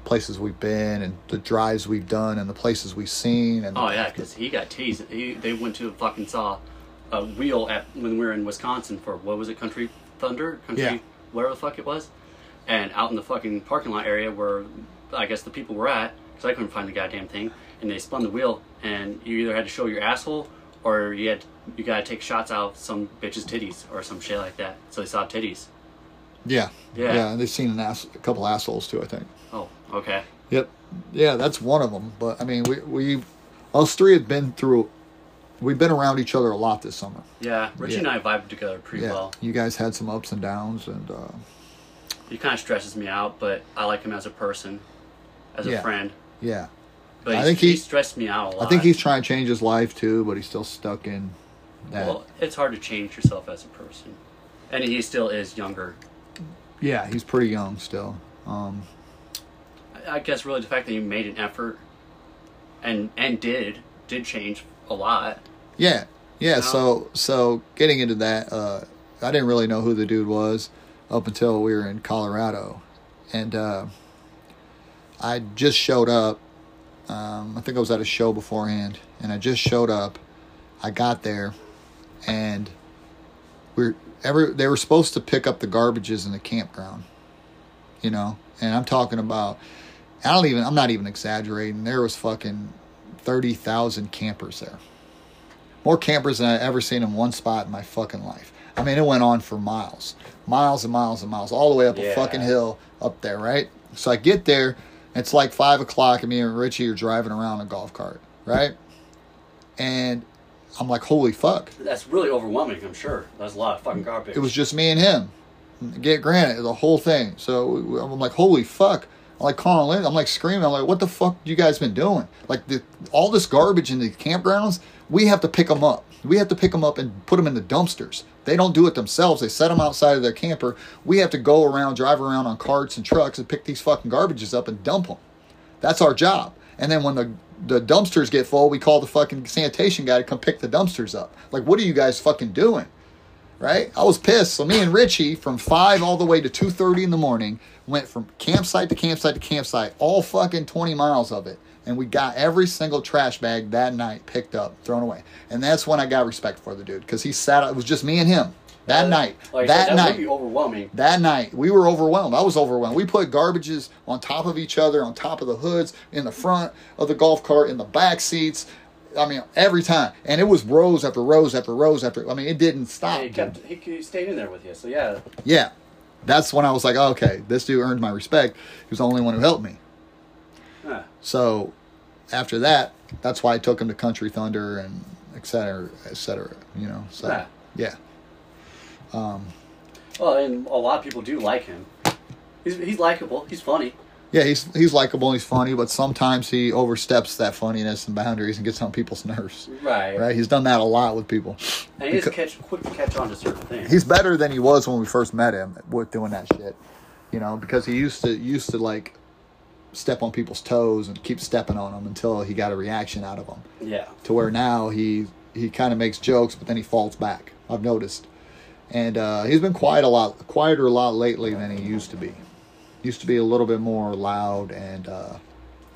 Speaker 1: places we've been and the drives we've done and the places we've seen and
Speaker 2: Oh yeah, because he got teased. He, they went to fucking saw a wheel at when we were in Wisconsin for what was it, Country Thunder, Country
Speaker 1: Yeah.
Speaker 2: whatever the fuck it was, and out in the fucking parking lot area where I guess the people were at, because I couldn't find the goddamn thing, and they spun the wheel, and you either had to show your asshole or you had you gotta take shots out of some bitch's titties or some shit like that. So they saw titties.
Speaker 1: yeah
Speaker 2: Yeah.
Speaker 1: yeah they've seen an ass, a couple assholes too i think
Speaker 2: Oh, okay.
Speaker 1: Yep. Yeah, that's one of them. But I mean, we we us three have been through. We've been around each other a lot this summer.
Speaker 2: Yeah, Richie
Speaker 1: Yeah.
Speaker 2: and I vibed together pretty
Speaker 1: Yeah,
Speaker 2: well.
Speaker 1: you guys had some ups and downs, and uh,
Speaker 2: He kind of stresses me out, but I like him as a person, as a
Speaker 1: Yeah.
Speaker 2: friend.
Speaker 1: yeah,
Speaker 2: But
Speaker 1: I
Speaker 2: I
Speaker 1: think
Speaker 2: think
Speaker 1: he-
Speaker 2: he stressed me out a lot.
Speaker 1: I think he's trying to change his life too, but he's still stuck in that.
Speaker 2: Well, it's hard to change yourself as a person, and he still is younger.
Speaker 1: yeah, he's pretty young still. Um,
Speaker 2: I- I guess really the fact that he made an effort, and and did did change a lot.
Speaker 1: Yeah, yeah. So so getting into that, uh, I didn't really know who the dude was. up until we were in Colorado, and uh, I just showed up. Um, I think I was at a show beforehand, and I just showed up. I got there, and we're every they were supposed to pick up the garbages in the campground, you know. And I'm talking about, I don't even, I'm not even exaggerating. There was fucking thirty thousand campers there, more campers than I ever seen in one spot in my fucking life. I mean, it went on for miles, miles and miles and miles, all the way up a
Speaker 3: Yeah.
Speaker 1: fucking hill up there, right? So I get there, it's like five o'clock, and me and Richie are driving around in a golf cart, right? And I'm like, holy fuck,
Speaker 2: That's really overwhelming, I'm sure. That's a lot of fucking garbage.
Speaker 1: it was just me and him. Get granted the whole thing. So we- we- I'm like, holy fuck! I'm like calling Lynn. I'm like screaming. I'm like, what the fuck you guys been doing? Like the, all this garbage in the campgrounds. We have to pick them up. We have to pick them up and put them in the dumpsters. They don't do it themselves. They set them outside of their camper. We have to go around, drive around on carts and trucks and pick these fucking garbages up and dump them. That's our job. And then when the the dumpsters get full, we call the fucking sanitation guy to come pick the dumpsters up. Like, what are you guys fucking doing? right? I was pissed. So me and Richie, from five all the way to two thirty in the morning, went from campsite to campsite to campsite, all fucking twenty miles of it, and we got every single trash bag that night picked up, thrown away. And that's when I got respect for the dude because he sat. It was just me and him that
Speaker 2: Uh,
Speaker 1: night.
Speaker 2: like I
Speaker 1: that
Speaker 2: said, that
Speaker 1: night.
Speaker 2: would be overwhelming.
Speaker 1: That night, we were overwhelmed. I was overwhelmed. We put garbages on top of each other, on top of the hoods, in the front of the golf cart, in the back seats. I mean, every time. And it was rows after rows after rows after. I mean, it didn't stop.
Speaker 2: He
Speaker 1: dude.
Speaker 2: kept he, he stayed in there with you, so yeah.
Speaker 1: Yeah. That's when I was like, oh, okay, this dude earned my respect. He was the only one who helped me.
Speaker 2: Huh.
Speaker 1: So after that, that's why I took him to Country Thunder and et cetera, et cetera, you know. So,
Speaker 2: Yeah.
Speaker 1: yeah.
Speaker 2: Well, and a lot of people do like him. He's he's likable. He's funny.
Speaker 1: Yeah, he's he's likable and he's funny, but sometimes he oversteps that funniness and boundaries and gets on people's nerves.
Speaker 2: Right.
Speaker 1: Right? He's done that a lot with people.
Speaker 2: And he's catch quick to catch on to certain things.
Speaker 1: he's better than he was when we first met him with doing that shit. You know, because he used to used to like step on people's toes and keep stepping on them until he got a reaction out of them.
Speaker 2: yeah.
Speaker 1: To where now he he kind of makes jokes, but then he falls back. I've noticed, and uh, he's been quiet a lot, quieter a lot lately than he used to be. Used to be a little bit more loud and uh,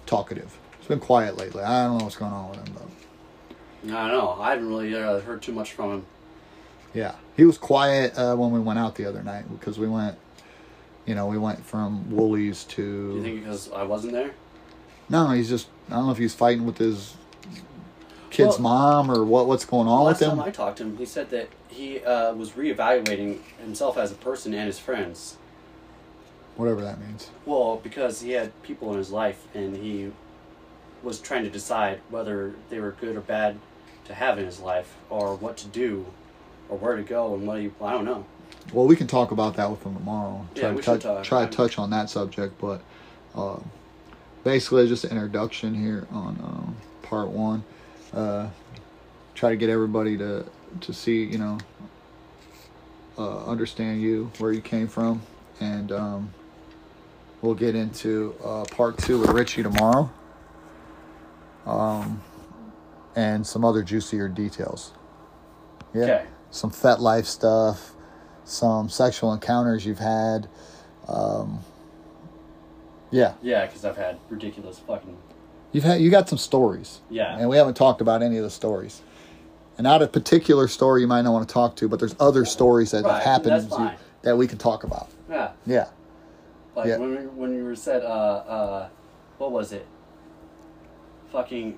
Speaker 1: talkative. He's been quiet lately. I don't know what's going on with him though.
Speaker 2: I don't know. I haven't really uh, heard too much from him.
Speaker 1: Yeah, he was quiet uh, when we went out the other night because we went, you know, we went from Woolies
Speaker 2: Do you
Speaker 1: to.
Speaker 2: think because I wasn't there?
Speaker 1: no, he's just. I don't know if he's fighting with his kid's
Speaker 2: Well-
Speaker 1: mom or what. What's going on
Speaker 2: Last
Speaker 1: with
Speaker 2: time
Speaker 1: him?
Speaker 2: I talked to him, he said that he uh, was reevaluating himself as a person and his friends.
Speaker 1: Whatever that means.
Speaker 2: Well, because he had people in his life and he was trying to decide whether they were good or bad to have in his life or what to do or where to go and what he, I don't know.
Speaker 1: Well, we can talk about that with him tomorrow.
Speaker 2: Yeah,
Speaker 1: Try to
Speaker 2: we
Speaker 1: touch,
Speaker 2: should talk.
Speaker 1: try to touch on that subject, but uh, basically just an introduction here on um, part one. Uh, try to get everybody to to see, you know, uh, understand you, where you came from, and um, we'll get into uh, part two with Richie tomorrow, um, and some other juicier details. Yeah
Speaker 2: Okay.
Speaker 1: some fet life stuff, some sexual encounters you've had. Um, yeah,
Speaker 2: Yeah, because I've had ridiculous fucking.
Speaker 1: you've had you got some stories.
Speaker 2: Yeah.
Speaker 1: and we haven't talked about any of the stories. And not a particular story you might not want to talk to, but there's other stories that have
Speaker 2: Right,
Speaker 1: happened
Speaker 2: that's
Speaker 1: to-
Speaker 2: fine.
Speaker 1: that we can talk about.
Speaker 2: Yeah.
Speaker 1: Yeah,
Speaker 2: Like
Speaker 1: Yeah.
Speaker 2: when we, when you were said, uh, uh, what was it? Fucking.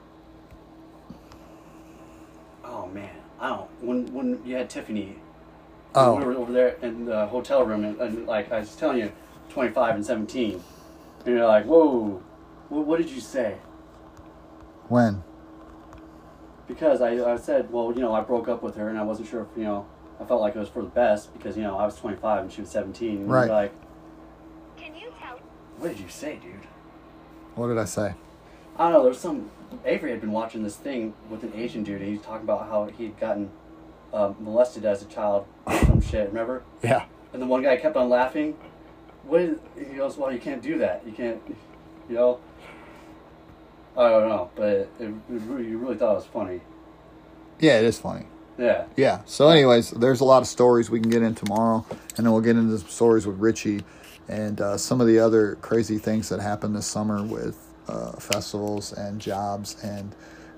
Speaker 2: Oh man, I don't. When when you had Tiffany,
Speaker 1: Oh.
Speaker 2: when we were over there in the hotel room, and, and like I was telling you, twenty five and seventeen, and you're like, whoa, what, what did you say?
Speaker 1: when
Speaker 2: Because I, I said, well, you know, I broke up with her, and I wasn't sure if you know, I felt like it was for the best because you know I was twenty five and she was seventeen, and
Speaker 1: Right.
Speaker 2: you're like,
Speaker 4: Can you tell?
Speaker 2: what did you say, dude?
Speaker 1: what did I say?
Speaker 2: I don't know. There's some. Avery had been watching this thing with an Asian dude, and he's talking about how he had gotten uh, molested as a child or some shit. Remember?
Speaker 1: Yeah,
Speaker 2: And the one guy kept on laughing. What is? He goes, "Well, you can't do that. You can't. You know." I don't know, but it, it, you really thought it was funny.
Speaker 1: yeah, it is funny.
Speaker 5: Yeah.
Speaker 1: Yeah. So, anyways, there's a lot of stories we can get in tomorrow, and then we'll get into some stories with Richie and uh, some of the other crazy things that happened this summer with uh, festivals and jobs and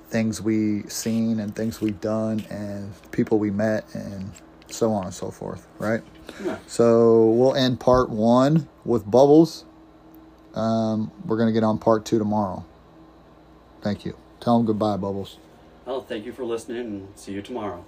Speaker 1: things we seen and things we've done and people we met and so on and so forth. Right.
Speaker 5: Yeah.
Speaker 1: So we'll end part one with bubbles. Um, we're gonna get on part two tomorrow. Thank you. Tell them goodbye, bubbles.
Speaker 5: Well, thank you for listening and see you tomorrow.